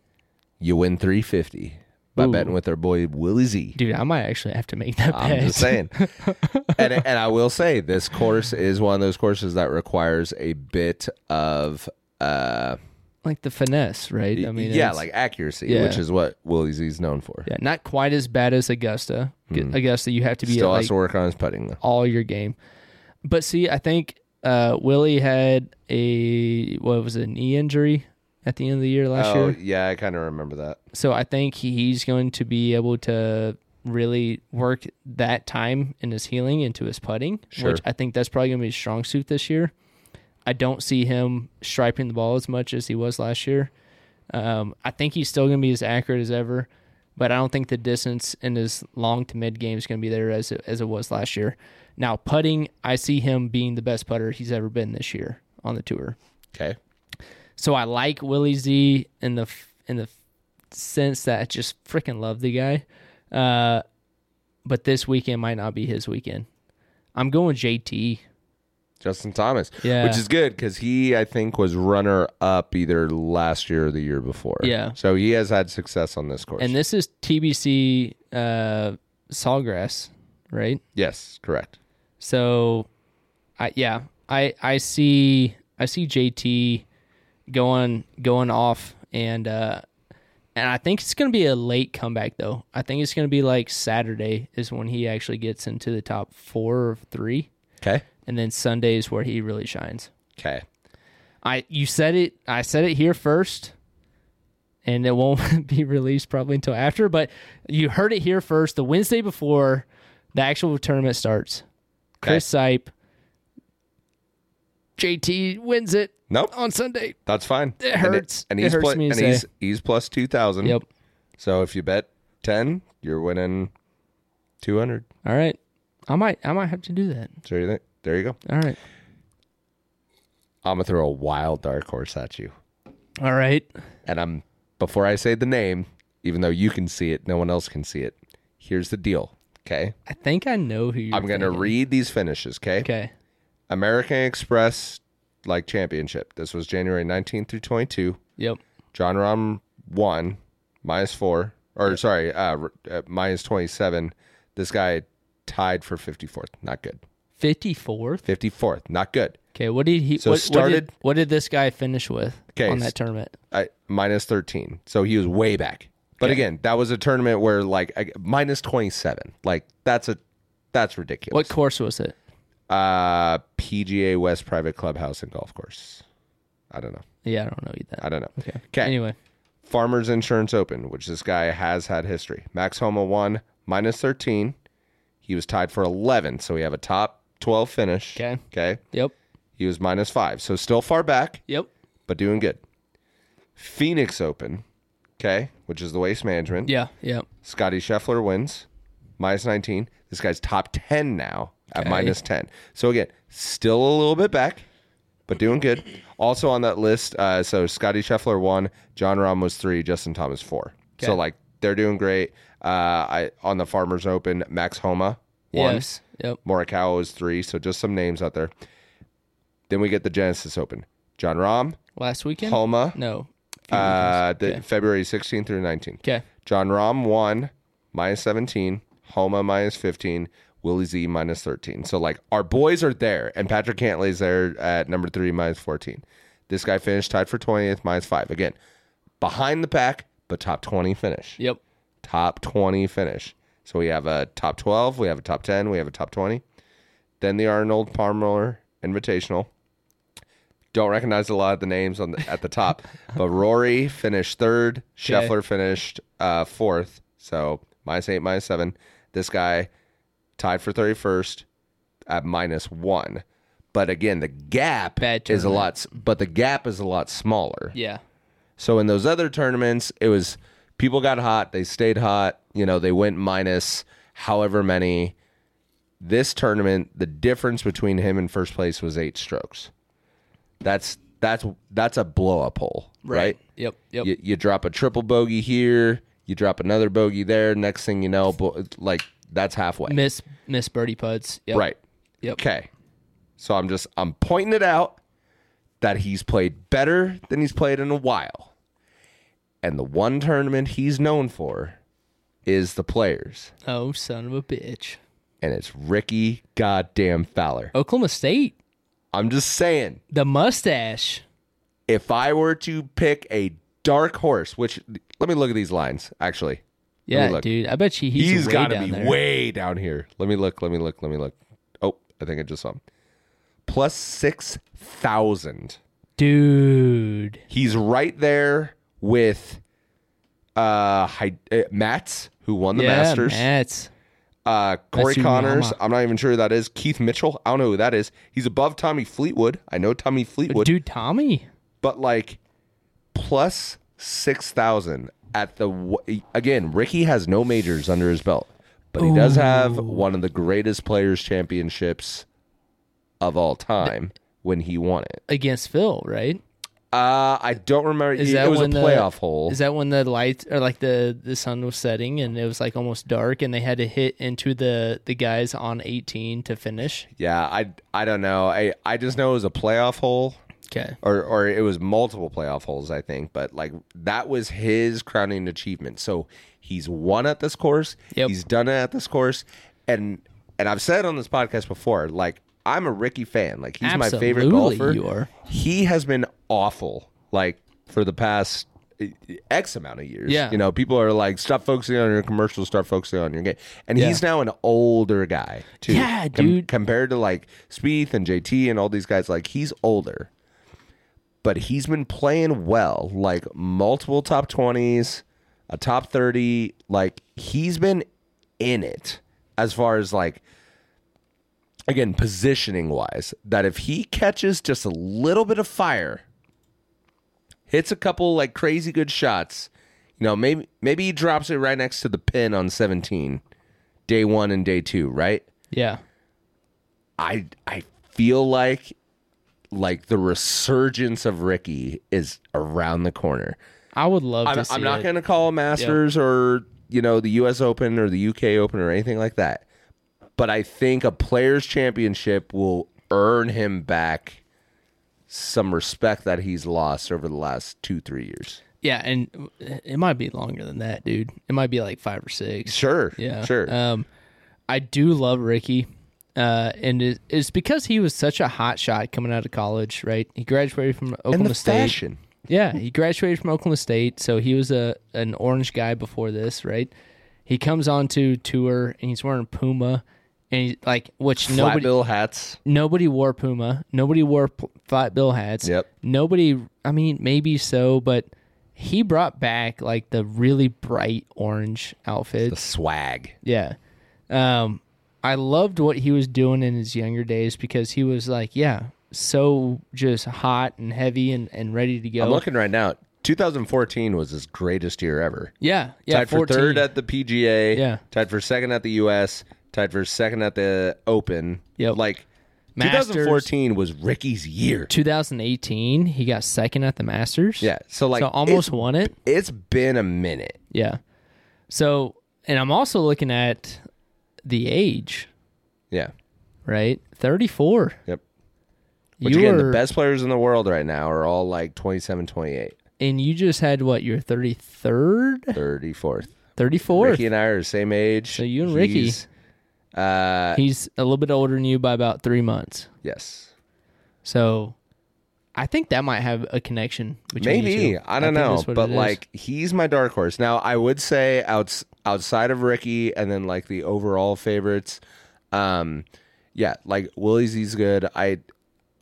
S1: you win 350 by
S2: Ooh.
S1: betting with our boy Willie Z.
S2: Dude, I might actually have to make that
S1: I'm
S2: bet.
S1: just saying. and and I will say this course is one of those courses that requires a bit of uh
S2: like the finesse, right? I mean,
S1: yeah,
S2: it's-
S1: like accuracy,
S2: Yeah.
S1: which is what Willie Z's known for.
S2: yeah, not quite as bad as Augusta. G- Augusta, you have to be at,
S1: Hmm. Still
S2: like
S1: has to work on his putting though.
S2: all your game. But see, I think uh, Willie had a what was it, a knee injury at the end of the year last
S1: Oh,
S2: year.
S1: yeah, I kind of remember that.
S2: So I think he- he's going to be able to really work that time in his healing into his putting,
S1: Sure.
S2: which I think that's probably going to be his strong suit this year. I don't see him striping the ball as much as he was last year. Um, I think he's still going to be as accurate as ever, but I don't think the distance in his long to mid game is going to be there as it, as it was last year. Now putting, I see him being the best putter he's ever been this year on the tour.
S1: Okay.
S2: So I like Willie Z in the f- in the f- sense that I just freaking love the guy. Uh, but this weekend might not be his weekend. I'm going JT.
S1: Justin Thomas,
S2: Yeah.
S1: which is good because he, I think, was runner up either last year or the year before.
S2: Yeah.
S1: so he has had success on this course.
S2: And this is TBC uh, Sawgrass, right?
S1: yes, correct.
S2: So I yeah, I I see I see JT going going off and uh and I think it's going to be a late comeback though. I think it's going to be like Saturday is when he actually gets into the top 4 or 3
S1: Okay,
S2: and then Sunday is where he really shines.
S1: okay.
S2: I you said it I said it here first and it won't be released probably until after but you heard it here first the Wednesday before the actual tournament starts. Chris Sipe JT wins it
S1: Nope,
S2: on Sunday.
S1: that's fine.
S2: It
S1: And
S2: hurts.
S1: And,
S2: It
S1: he's
S2: hurts
S1: pla-
S2: me to
S1: and he's he's plus two thousand.
S2: Yep.
S1: So if you bet ten, you're winning two hundred.
S2: All right. I might I might have to do that.
S1: So you think? There you go.
S2: All right.
S1: I'm gonna throw a wild dark horse at you,
S2: All right.
S1: and I'm before I say the name, even though you can see it, no one else can see it. Here's the deal. Okay,
S2: I think I know who you're
S1: I'm gonna
S2: thinking.
S1: read these finishes.
S2: Okay.
S1: American Express like championship. This was January 19th through 22.
S2: Yep.
S1: John Rahm won minus four, or sorry, uh, r- uh, minus 27. This guy tied for 54th. Not good.
S2: 54th.
S1: 54th. Not good.
S2: Okay, what did he
S1: So
S2: what, what
S1: started-
S2: did, what did this guy finish with
S1: Okay,
S2: on that
S1: s-
S2: tournament?
S1: I, minus 13. So he was way back. But again, that was a tournament where like I, minus 27. Like that's a that's ridiculous.
S2: What course was it?
S1: Uh, PGA West Private Clubhouse and Golf Course. I don't know.
S2: Yeah, I don't know either.
S1: I don't know. Okay.
S2: Anyway,
S1: Farmers Insurance Open, which this guy has had history. Max Homa won minus 13. He was tied for 11, so we have a top 12 finish.
S2: Okay.
S1: Okay.
S2: yep.
S1: He was minus 5, so still far back,
S2: Yep.
S1: but doing good. Phoenix Open, okay, which is the waste management.
S2: Yeah, yep.
S1: Scotty Scheffler wins minus 19. This guy's top 10 now at minus 10. So again, still a little bit back, but doing good. Also on that list, uh, so Scotty Scheffler won, John Rahm was three, Justin Thomas four. So like they're doing great. Uh, I on the Farmers Open, Max Homa won.
S2: Yes. Yep.
S1: Morikawa is three. So just some names out there. Then we get the Genesis Open. John Rahm,
S2: Last weekend?
S1: Homa,
S2: No.
S1: uh, the, February 16th through 19th.
S2: Okay.
S1: John Rahm won minus 17, Homa minus 15, Willie Z minus 13. So like our boys are there, and Patrick Cantley's there at number three minus 14. This guy finished tied for 20th minus five. Again, behind the pack, but top 20 finish.
S2: Yep.
S1: Top 20 finish. So we have a top 12, we have a top 10, we have a top 20. Then the Arnold Palmer Invitational. Don't recognize a lot of the names on the, at the top, but Rory finished third. Scheffler finished uh, fourth. So minus eight, minus seven. This guy tied for thirty first at minus one. But again, the gap
S2: Bad
S1: is a
S2: tournament.
S1: lot. s- But the gap is a lot smaller.
S2: Yeah.
S1: So in those other tournaments, it was people got hot, they stayed hot, You know, they went minus however many. This tournament, the difference between him and first place was eight strokes. That's that's that's a blow up hole, right?
S2: Yep. Yep.
S1: You, you drop a triple bogey here, you drop another bogey there. Next thing you know, bo- like that's halfway,
S2: Miss miss birdie putts. Yep.
S1: right?
S2: Yep.
S1: Okay. So I'm just I'm pointing it out that he's played better than he's played in a while. And the one tournament he's known for is the players.
S2: Oh, son of a bitch.
S1: And it's Ricky goddamn Fowler.
S2: Oklahoma State,
S1: I'm just saying,
S2: the mustache.
S1: if I were to pick a dark horse, which let me look at these lines actually. me
S2: Yeah,
S1: look.
S2: dude. I bet you he's,
S1: he's
S2: way
S1: got to
S2: down
S1: be
S2: there.
S1: way down here. Let me look. Let me look. Let me look. Oh, I think I just saw him. Plus 6,000.
S2: dude.
S1: He's right there with uh, Hy- uh Mats, who won the
S2: yeah,
S1: Masters.
S2: Mats.
S1: Uh, Corey
S2: Matsuyama.
S1: Connors. I'm not even sure who that is. Keith Mitchell. I don't know who that is. He's above Tommy Fleetwood. I know Tommy Fleetwood,
S2: Dude, Tommy.
S1: but like plus six thousand at the w- again. Ricky has no majors under his belt, but he does have one of the greatest players' championships of all time when he won it.
S2: Against Phil, right?
S1: Uh, I don't remember.
S2: Is
S1: it
S2: that
S1: was a
S2: when the-
S1: playoff hole.
S2: Is that when the lights or like the the sun was setting and it was like almost dark and they had to hit into the the guys on 18 to finish?
S1: Yeah, I I don't know. I I just know it was a playoff hole
S2: Okay.
S1: or or it was multiple playoff holes, I think, but like that was his crowning achievement. So he's won at this course.
S2: Yep.
S1: He's done it at this course and and I've said on this podcast before, like I'm a Ricky fan. Like he's my favorite
S2: Absolutely
S1: golfer.
S2: you are.
S1: He has been awful like for the past eh, eh, X amount of years.
S2: Yeah.
S1: You know, people are like, stop focusing on your commercials, start focusing on your game. And
S2: Yeah.
S1: he's now an older guy, too too.
S2: Yeah, dude.
S1: Compared to like Spieth and JT and all these guys, like he's older, but he's been playing well. Like multiple top twenties, a top thirty. Like he's been in it as far as like again positioning wise. That if he catches just a little bit of fire, hits a couple like crazy good shots. You know, maybe maybe he drops it right next to the pin on 17, day one and day two, right?
S2: Yeah.
S1: I I feel like like the resurgence of Ricky is around the corner.
S2: I would love
S1: I'm,
S2: to see
S1: I'm not
S2: it.
S1: going to call Masters or you know the U.S. Open or the U.K. Open or anything like that, but I think a Players Championship will earn him back some respect that he's lost over the last two three years.
S2: Yeah, and it might be longer than that, dude. It might be like 5 or 6.
S1: Sure,
S2: Yeah.
S1: sure.
S2: Um, I do love Ricky. Uh, and it, it's because he was such a hot shot coming out of college, right? He graduated from Oklahoma
S1: and the
S2: State.
S1: fashion,
S2: Yeah, he graduated from Oklahoma State, so he was a an orange guy before this, right? He comes onto tour and he's wearing Puma, and he, like which
S1: flat
S2: nobody
S1: bill hats.
S2: nobody wore Puma, nobody wore p- flat bill hats.
S1: Yep.
S2: Nobody, I mean, maybe so, but he brought back like the really bright orange
S1: The
S2: outfits.
S1: swag.
S2: Yeah. Um, I loved what he was doing in his younger days because he was like, yeah, so just hot and heavy and, and ready to go.
S1: I'm looking right now. 2014 was his greatest year ever.
S2: Yeah, yeah,
S1: tied for third
S2: 14.
S1: at the PGA.
S2: Yeah.
S1: Tied for second at the US. Tied for second at the Open.
S2: Yep.
S1: Like
S2: Masters.
S1: 2014 was Ricky's year.
S2: 2018, he got second at the Masters.
S1: Yeah. So like
S2: so almost
S1: it's-
S2: won it.
S1: it's been a minute.
S2: Yeah. So, and I'm also looking at the age,
S1: Yeah.
S2: right? 34.
S1: Yep. Which
S2: you
S1: again,
S2: are-
S1: the best players in the world right now are all like 27, 28,
S2: and you just had what? Your 33rd,
S1: 34th.
S2: 34th.
S1: Ricky and I are the same age.
S2: So you and Ricky.
S1: He's- uh
S2: He's a little bit older than you by about three months.
S1: yes.
S2: So, I think that might have a connection. Between you
S1: Maybe
S2: two.
S1: I don't
S2: think
S1: know,
S2: that's what
S1: but
S2: it is.
S1: like he's my dark horse. Now I would say outs outside of Ricky and then like the overall favorites, um, yeah, like Willie's he's good. I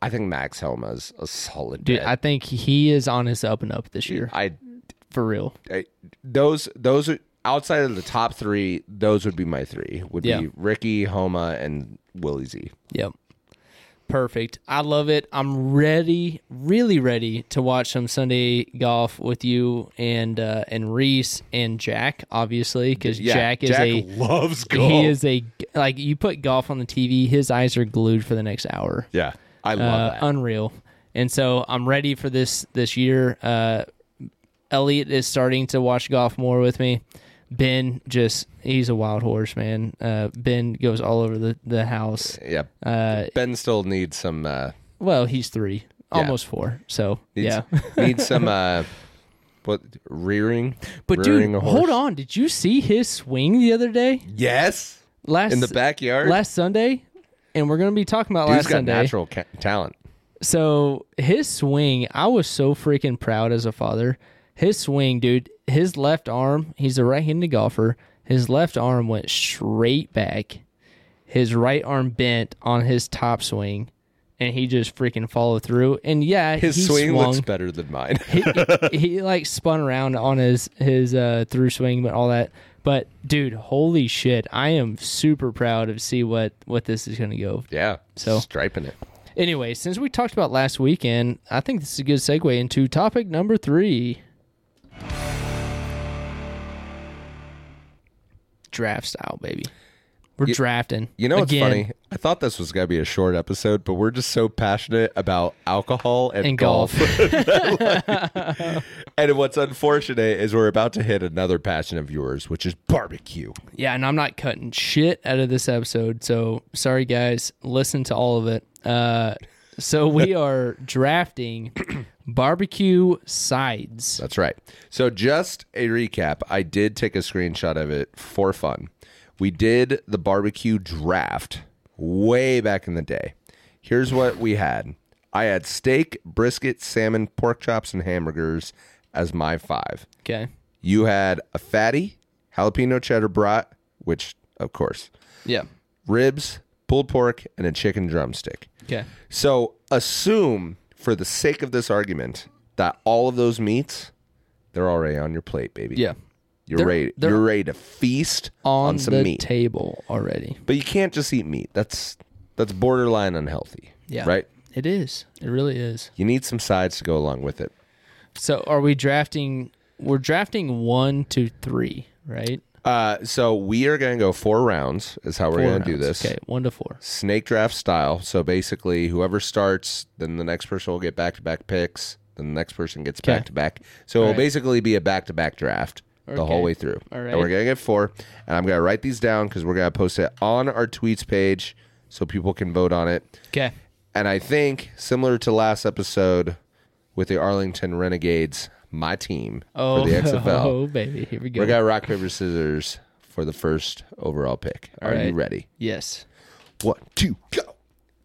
S1: I think Max Helma's a solid
S2: dude,
S1: bet.
S2: I think he is on his up and up this year
S1: I,
S2: for real.
S1: I those those are, outside of the top three, those would be my three. Would
S2: Yeah.
S1: be Ricky, Homa, and Willie Z.
S2: Yep. perfect. I love it. I'm ready, really ready to watch some Sunday golf with you and uh, and Reese and Jack, obviously, because
S1: Yeah,
S2: Jack is a
S1: loves golf.
S2: he is a like you put golf on the TV, his eyes are glued for the next hour.
S1: Yeah, I
S2: Uh,
S1: love that.
S2: unreal. And so I'm ready for this this year. Uh, Elliot is starting to watch golf more with me. Ben just he's a wild horse, man. Uh, ben goes all over the the house.
S1: yeah,
S2: Uh,
S1: Ben still needs some uh,
S2: well, he's three,
S1: Yeah.
S2: almost four. So
S1: needs,
S2: yeah.
S1: needs some uh, what rearing?
S2: But
S1: rearing
S2: dude,
S1: a
S2: hold
S1: horse.
S2: on. Did you see his swing the other day?
S1: Yes,
S2: Last
S1: in the backyard.
S2: last Sunday, and we're gonna be talking about
S1: Dude's
S2: last
S1: got
S2: Sunday.
S1: natural ca- talent.
S2: So his swing, I was so freaking proud as a father. His swing, dude, his left arm, he's a right handed golfer. His left arm went straight back. His right arm bent on his top swing, and he just freaking followed through. And yeah,
S1: His
S2: he
S1: swing
S2: swung.
S1: looks better than mine.
S2: he, he, he, like spun around on his his uh, through swing, but all that. But dude, holy shit! I am super proud of see what what this is gonna go.
S1: yeah,
S2: So-
S1: striping it.
S2: Anyway, since we talked about last weekend, I think this is a good segue into topic number three draft style, baby. We're drafting.
S1: You know what's
S2: Again,
S1: funny? I thought this was gonna be a short episode, but we're just so passionate about alcohol and,
S2: And golf.
S1: golf. and what's unfortunate is we're about to hit another passion of yours, which is barbecue.
S2: Yeah, and I'm not cutting shit out of this episode. So sorry, guys. Listen to all of it. Uh, so we are drafting barbecue sides.
S1: That's right. So, just a recap I did take a screenshot of it for fun. We did the barbecue draft way back in the day. Here's what we had I had steak, brisket, salmon, pork chops, and hamburgers as my five.
S2: Okay.
S1: You had a fatty, jalapeno cheddar brat, which, of course,
S2: Yeah.
S1: ribs, pulled pork, and a chicken drumstick.
S2: Okay.
S1: So assume, for the sake of this argument, that all of those meats, they're already on your plate, baby.
S2: Yeah.
S1: You're
S2: They're-
S1: ready.
S2: they're
S1: you're ready to feast on,
S2: On,
S1: some
S2: the
S1: meat,
S2: table already.
S1: but you can't just eat meat. That's that's borderline unhealthy.
S2: Yeah.
S1: Right.
S2: It is. It really is.
S1: You need some sides to go along with it.
S2: So are we drafting? We're drafting one to three, right?
S1: Uh, so we are going to go four rounds. Is how we're
S2: Four
S1: going to do
S2: rounds.
S1: this.
S2: Okay, one to four.
S1: Snake draft style. So basically, whoever starts, then the next person will get back to back picks. Then the next person gets
S2: Okay.
S1: back to back. So it'll
S2: right.
S1: basically be a back to back draft the
S2: Okay.
S1: whole way through.
S2: All
S1: And we're
S2: right.
S1: gonna get four, and I'm gonna write these down because we're gonna post it on our tweets page so people can vote on it.
S2: Okay.
S1: And I think similar to last episode with the Arlington Renegades, my team
S2: Oh,
S1: for the XFL,
S2: oh baby, here we go.
S1: we're gonna rock paper scissors for the first overall pick. Are you
S2: right.
S1: ready?
S2: yes.
S1: One, two, go.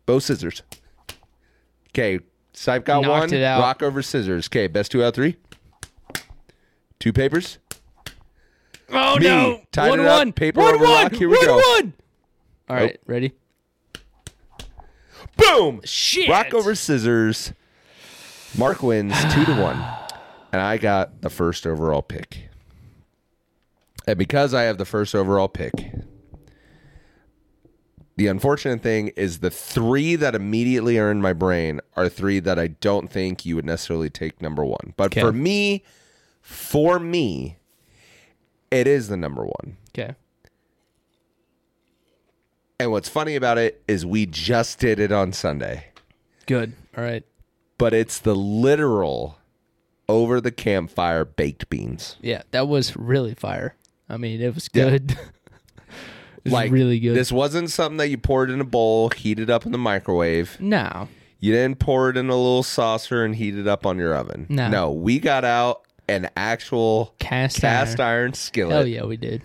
S1: Bow scissors. Okay, Sipe got
S2: Knocked
S1: one.
S2: it out.
S1: Rock over scissors. Okay, best two out of three. Two papers.
S2: Oh
S1: Me.
S2: no!
S1: Tied
S2: one
S1: it up.
S2: one.
S1: Paper
S2: one
S1: over
S2: one.
S1: rock. Here we
S2: one,
S1: go.
S2: one. All right, ready?
S1: Boom.
S2: Shit.
S1: Rock over scissors. Mark wins two to one, and I got the first overall pick. And because I have the first overall pick, the unfortunate thing is the three that immediately are in my brain are three that I don't think you would necessarily take number one. But
S2: Okay.
S1: for me, for me, it is the number one.
S2: Okay.
S1: And what's funny about it is we just did it on Sunday.
S2: Good. All right.
S1: but it's the literal over the campfire baked beans.
S2: Yeah, that was really fire. I mean, it was good. it was
S1: Like
S2: really good.
S1: This wasn't something that you poured in a bowl, heated up in the microwave.
S2: no.
S1: You didn't pour it in a little saucer and heat it up on your oven.
S2: No.
S1: we got out an actual
S2: Cast
S1: cast
S2: iron.
S1: iron skillet.
S2: Oh yeah, we did.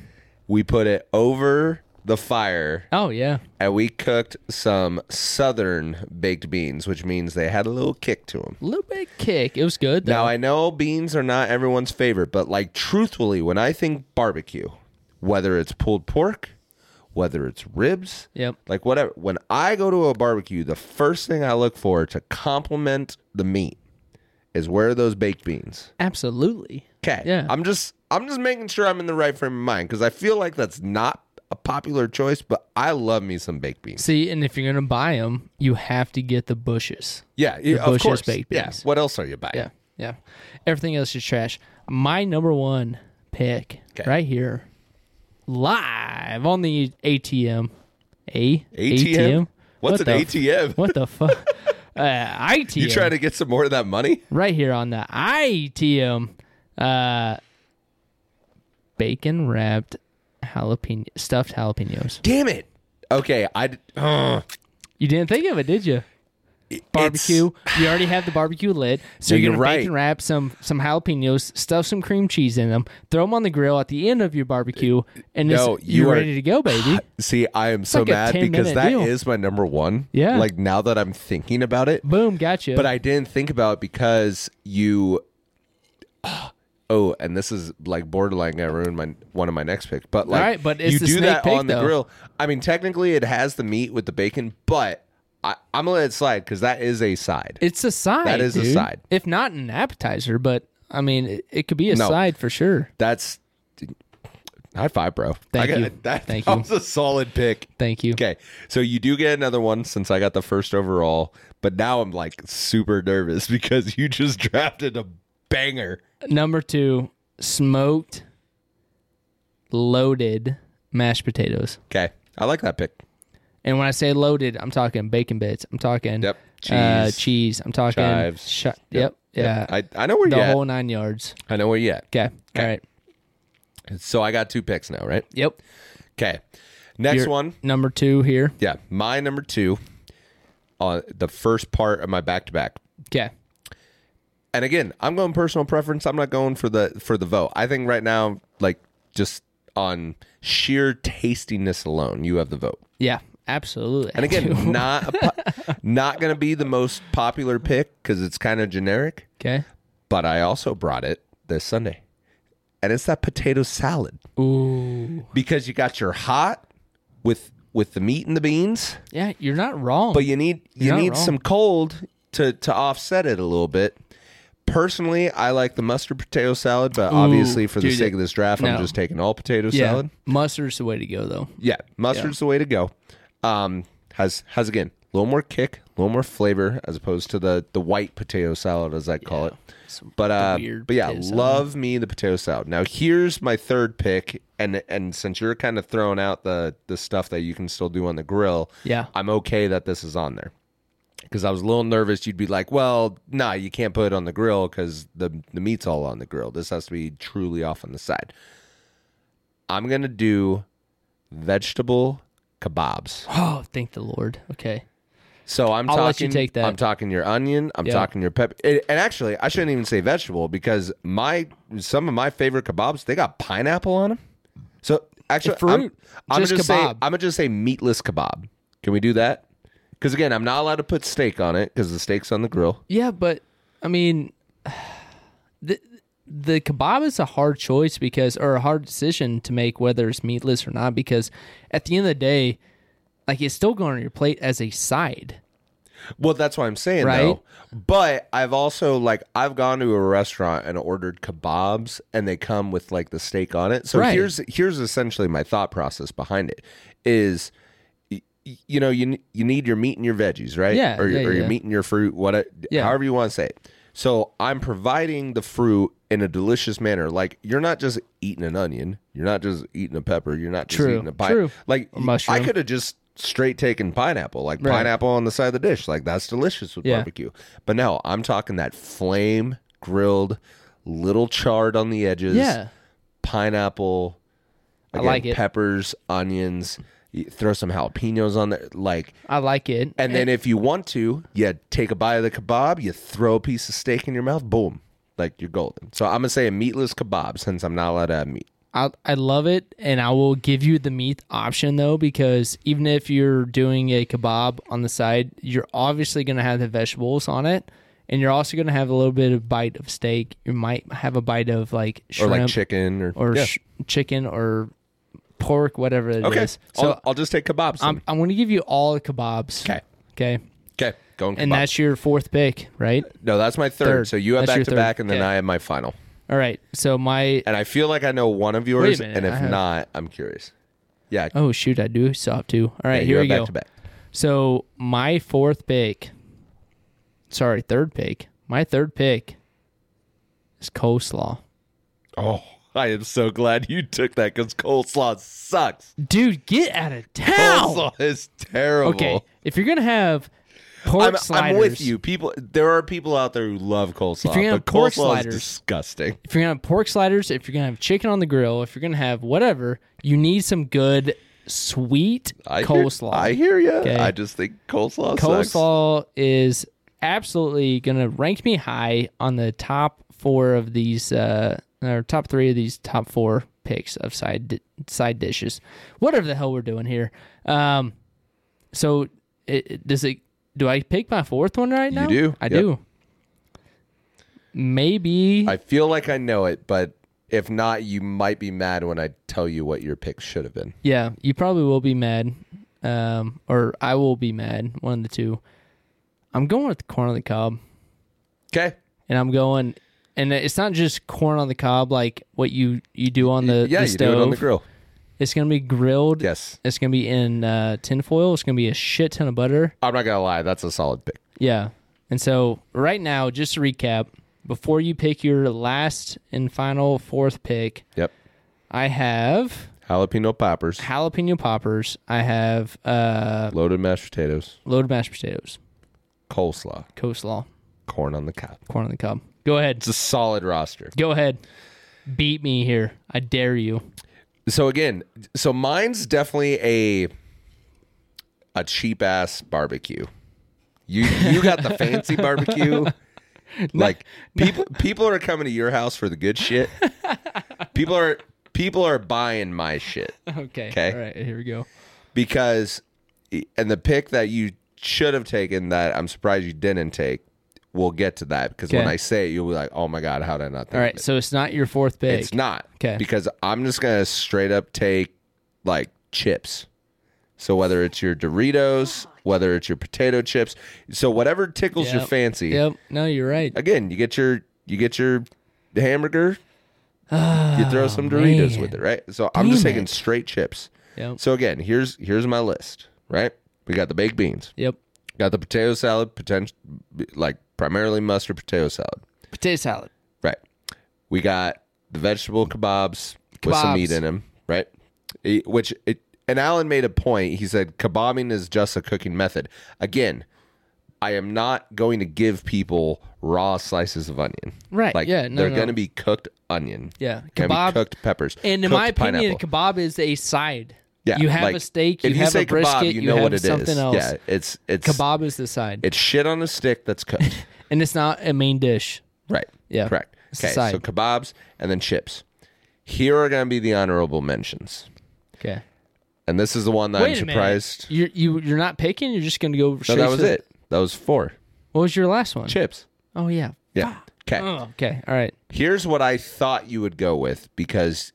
S1: We put it over the fire
S2: Oh yeah.
S1: and we cooked some southern baked beans, which means they had a little kick to them.
S2: A little bit of kick. It was good though.
S1: Now I know beans are not everyone's favorite, but like truthfully, when I think barbecue, whether it's pulled pork, whether it's ribs,
S2: Yep.
S1: like whatever, when I go to a barbecue, the first thing I look for to complement the meat is where are those baked beans?
S2: Absolutely.
S1: Okay.
S2: Yeah.
S1: I'm just I'm just making sure I'm in the right frame of mind because I feel like that's not a popular choice, but I love me some baked beans.
S2: See, and if you're gonna buy them, you have to get the bushes.
S1: Yeah, yeah, of
S2: Bush's
S1: course.
S2: baked
S1: yeah.
S2: beans.
S1: What else are you buying?
S2: Yeah, yeah. Everything else is trash. My number one pick
S1: 'Kay.
S2: right here, live on the ATM. A
S1: ATM? What's
S2: What
S1: an
S2: the
S1: ATM?
S2: What the fuck? uh, ITM.
S1: You trying to get some more of that money?
S2: right here on the ITM. Uh, bacon wrapped jalapeno stuffed jalapenos.
S1: Damn it. Okay, I d- ugh.
S2: You didn't think of it, did you?
S1: It's-
S2: Barbecue. You already have the barbecue lit, so
S1: No,
S2: you're
S1: you're
S2: gonna
S1: right.
S2: bacon wrap some some jalapenos, stuff some cream cheese in them, throw them on the grill at the end of your barbecue, and
S1: No,
S2: it's,
S1: you
S2: you're
S1: are-
S2: ready to go, baby.
S1: See, I am so
S2: like a
S1: mad
S2: 10
S1: because
S2: minute
S1: that is
S2: deal.
S1: my number one.
S2: Yeah.
S1: Like now that I'm thinking about it,
S2: Boom, gotcha.
S1: but I didn't think about it because you. Oh, and this is like borderline gonna ruin my one of my next picks. But like,
S2: right, but it's
S1: you
S2: the
S1: do
S2: snake
S1: that
S2: pick,
S1: on the
S2: though.
S1: grill. I mean, technically, it has the meat with the bacon, but I, I'm gonna let it slide because that is a side.
S2: it's a side.
S1: That is a
S2: dude.
S1: side.
S2: If not an appetizer, but I mean, it, it could be a
S1: No.
S2: side for sure.
S1: That's high five, bro.
S2: Thank
S1: I got-
S2: you.
S1: That,
S2: Thank
S1: that
S2: you.
S1: was a solid pick.
S2: Thank you.
S1: Okay, so you do get another one since I got the first overall, but now I'm like super nervous because you just drafted a banger.
S2: Number two, smoked, loaded mashed potatoes.
S1: Okay, I like that pick.
S2: And when I say loaded, I'm talking bacon bits. I'm talking
S1: Yep.
S2: Uh,
S1: Cheese.
S2: cheese. I'm talking
S1: Chives.
S2: shi- yep, Yeah.
S1: I, I know where
S2: the
S1: you at.
S2: whole nine yards.
S1: I know where you at.
S2: Okay. All right.
S1: So I got two picks now, right?
S2: Yep.
S1: Okay. Next
S2: Your-
S1: one.
S2: Number two here.
S1: Yeah, my number two on the first part of my back to back.
S2: Okay.
S1: And again, I'm going personal preference. I'm not going for the for the vote. I think right now, like just on sheer tastiness alone, you have the vote.
S2: Yeah. Absolutely.
S1: And again, not a po- not going to be the most popular pick because it's kind of generic.
S2: okay.
S1: But I also brought it this Sunday, and it's that potato salad
S2: Ooh.
S1: because you got your hot with with the meat and the beans,
S2: Yeah. You're not wrong.
S1: but you need you
S2: You're not
S1: need
S2: wrong.
S1: some cold to to offset it a little bit. Personally, I like the mustard potato salad, but obviously for the
S2: dude,
S1: sake of this draft,
S2: no.
S1: I'm just taking all potato
S2: yeah.
S1: salad.
S2: Mustard's the way to go, though.
S1: Yeah, mustard's the way to go. Um, has has again a little more kick, a little more flavor as opposed to the the white potato salad as I call it. But uh,
S2: weird
S1: but yeah,
S2: potato salad.
S1: love me the potato salad. Now here's my third pick, and and since you're kind of throwing out the the stuff that you can still do on the grill,
S2: Yeah.
S1: I'm okay that this is on there. Because I was a little nervous, you'd be like, "Well, nah, you can't put it on the grill because the the meat's all on the grill. This has to be truly off on the side." I'm gonna do vegetable kebabs.
S2: Oh, thank the Lord. Okay.
S1: So I'm
S2: I'll
S1: talking.
S2: let you take that.
S1: I'm talking your onion. I'm
S2: Yeah.
S1: talking your pepper. And and actually, I shouldn't even say vegetable because my some of my favorite kebabs they got pineapple on them. So actually,
S2: Fruit.
S1: I'm, I'm
S2: Just
S1: gonna just say
S2: kebab.
S1: I'm gonna just say meatless kebab. Can we do that? Because again, I'm not allowed to put steak on it because the steak's on the grill.
S2: Yeah, but I mean, the the kebab is a hard choice because, or a hard decision to make whether it's meatless or not. Because at the end of the day, like it's still going on your plate as a side.
S1: Well, that's what I'm saying
S2: Right.
S1: though. But I've also like I've gone to a restaurant and ordered kebabs and they come with like the steak on it. So
S2: Right.
S1: here's here's essentially my thought process behind it is y- y- you know you n- you need your meat and your veggies, right?
S2: Yeah,
S1: Or,
S2: yeah,
S1: or your
S2: yeah.
S1: meat and your fruit, what
S2: Yeah.
S1: however you want to say it. So I'm providing the fruit in a delicious manner. Like you're not just eating an onion, you're not just eating a pepper, you're not just
S2: True,
S1: eating a pie.
S2: true.
S1: Like y- I
S2: mushroom.
S1: could have just straight taken pineapple, like
S2: Right.
S1: pineapple on the side of the dish. Like that's delicious with
S2: Yeah.
S1: barbecue. But no, I'm talking that flame grilled, little charred on the edges.
S2: Yeah,
S1: Pineapple. Again,
S2: like it.
S1: Peppers, onions. You throw some jalapenos on there. Like,
S2: I like it.
S1: and then if you want to, you take a bite of the kebab. You throw a piece of steak in your mouth. Boom. Like you're golden. So I'm gonna say a meatless kebab since I'm not allowed to have meat.
S2: I I love it, and I will give you the meat option though, because even if you're doing a kebab on the side, you're obviously going to have the vegetables on it, and you're also going to have a little bit of bite of steak. You might have a bite of like
S1: Or
S2: shrimp
S1: like chicken or,
S2: or
S1: Yeah.
S2: sh- chicken or pork, whatever it is.
S1: okay.
S2: So
S1: I'll, I'll just take kebabs. then.
S2: I'm, I'm going to give you all the kebabs.
S1: 'Kay.
S2: Okay.
S1: Okay, going
S2: And
S1: kebab.
S2: that's your fourth pick, right?
S1: no, that's my third.
S2: Third.
S1: So you have
S2: That's your
S1: back to back,
S2: third.
S1: and then
S2: Okay.
S1: I have my final.
S2: All right. So my
S1: And I feel like I know one of yours,
S2: minute,
S1: and if
S2: I have-
S1: not, I'm curious. Yeah.
S2: Oh shoot, I do stop too. All right,
S1: Yeah,
S2: here
S1: you
S2: we
S1: are
S2: go.
S1: back to back.
S2: So my fourth pick, sorry, third pick. My third pick is coleslaw.
S1: Oh, I am so glad you took that because coleslaw sucks.
S2: Dude, get out of town.
S1: Coleslaw is terrible.
S2: Okay, if you're gonna have pork
S1: I'm,
S2: sliders,
S1: I'm with you. People, there are people out there who love coleslaw,
S2: If you're gonna
S1: but
S2: have pork
S1: coleslaw
S2: sliders-
S1: is disgusting.
S2: If you're gonna have pork sliders, if you're gonna have chicken on the grill, if you're gonna have whatever, you need some good sweet
S1: I
S2: coleslaw.
S1: Hear, I hear you.
S2: Okay.
S1: I just think coleslaw. Sucks.
S2: coleslaw is absolutely gonna rank me high on the top four of these uh or top three of these top four picks of side di- side dishes whatever the hell we're doing here um so it, it- does it do i pick my fourth one right
S1: You
S2: now
S1: do,
S2: i
S1: yep.
S2: do maybe
S1: I feel like I know it, but if not, you might be mad when I tell you what your pick should have been.
S2: yeah you probably will be mad um or i will be mad one of the two i'm going with corn on the cob
S1: Okay.
S2: and I'm going. And it's not just corn on the cob, like what you you do on the
S1: yeah,
S2: the
S1: you
S2: stove.
S1: do it on the grill.
S2: It's gonna be grilled.
S1: Yes.
S2: It's gonna be in uh, tinfoil. It's gonna be a shit ton of butter.
S1: I'm not gonna lie, that's a solid pick.
S2: Yeah. And so right now, just to recap, before you pick your last and final fourth pick,
S1: Yep.
S2: I have
S1: Jalapeno poppers,
S2: jalapeno poppers. I have uh,
S1: loaded mashed potatoes,
S2: loaded mashed potatoes,
S1: coleslaw,
S2: coleslaw,
S1: corn on the cob.
S2: corn on the cob. Go ahead.
S1: It's a solid roster.
S2: Go ahead. Beat me here. I dare you.
S1: So again, so mine's definitely a a cheap ass barbecue. You you got the fancy barbecue. Like people people are coming to your house for the good shit. People are people are buying my shit
S2: Okay.
S1: Okay.
S2: All right. Here we go.
S1: because and the pick that you should have taken that I'm surprised you didn't take. We'll get to that because when
S2: Okay.
S1: I say it, you'll be like, "Oh my god, how did I not think?"
S2: All
S1: of
S2: right,
S1: it?
S2: so it's not your fourth pick.
S1: It's not.
S2: 'Kay.
S1: Because I'm just gonna straight up take like chips. So whether it's your Doritos, whether it's your potato chips, so whatever tickles your
S2: Yep.
S1: fancy.
S2: Yep. No, you're right.
S1: Again, you get your you get your hamburger, you throw some Doritos
S2: Ah, man.
S1: with it, right? So I'm just
S2: Damn
S1: taking
S2: it.
S1: straight chips.
S2: Yep.
S1: So again, here's here's my list, right? We got the baked beans,
S2: Yep.
S1: got the potato salad, potential like primarily mustard potato salad.
S2: Potato salad.
S1: Right. We got the vegetable kebabs, with some
S2: Kebabs.
S1: meat in them, right? It- which it, and Alan made a point. He said kebabbing is just a cooking method. Again, I am not going to give people raw slices of onion.
S2: Right,
S1: Like
S2: yeah, no,
S1: they're
S2: no.
S1: going to be cooked onion.
S2: Yeah,
S1: Gonna be
S2: kebab-
S1: cooked peppers.
S2: And in
S1: cooked
S2: my opinion,
S1: pineapple.
S2: kebab is a side.
S1: Yeah,
S2: You have
S1: like,
S2: a steak. You,
S1: if you
S2: have
S1: say
S2: a brisket.
S1: kebab, you know
S2: have
S1: what it is.
S2: something else.
S1: Yeah, it's it's
S2: Kebab is the side,
S1: it's shit on a stick that's cooked.
S2: and it's not a main dish.
S1: Right.
S2: Yeah.
S1: Correct.
S2: It's a
S1: Okay. So
S2: side.
S1: kebabs and then chips. Here are going to be the honorable mentions,
S2: Okay. and
S1: and this is the one that I'm surprised.
S2: You're you you're not picking. You're just gonna go.
S1: No,
S2: Straight
S1: that was
S2: to-
S1: it. That was four
S2: What was your last one?
S1: chips.
S2: Oh yeah.
S1: Yeah. Okay.
S2: Oh, okay. All right.
S1: Here's what I thought you would go with because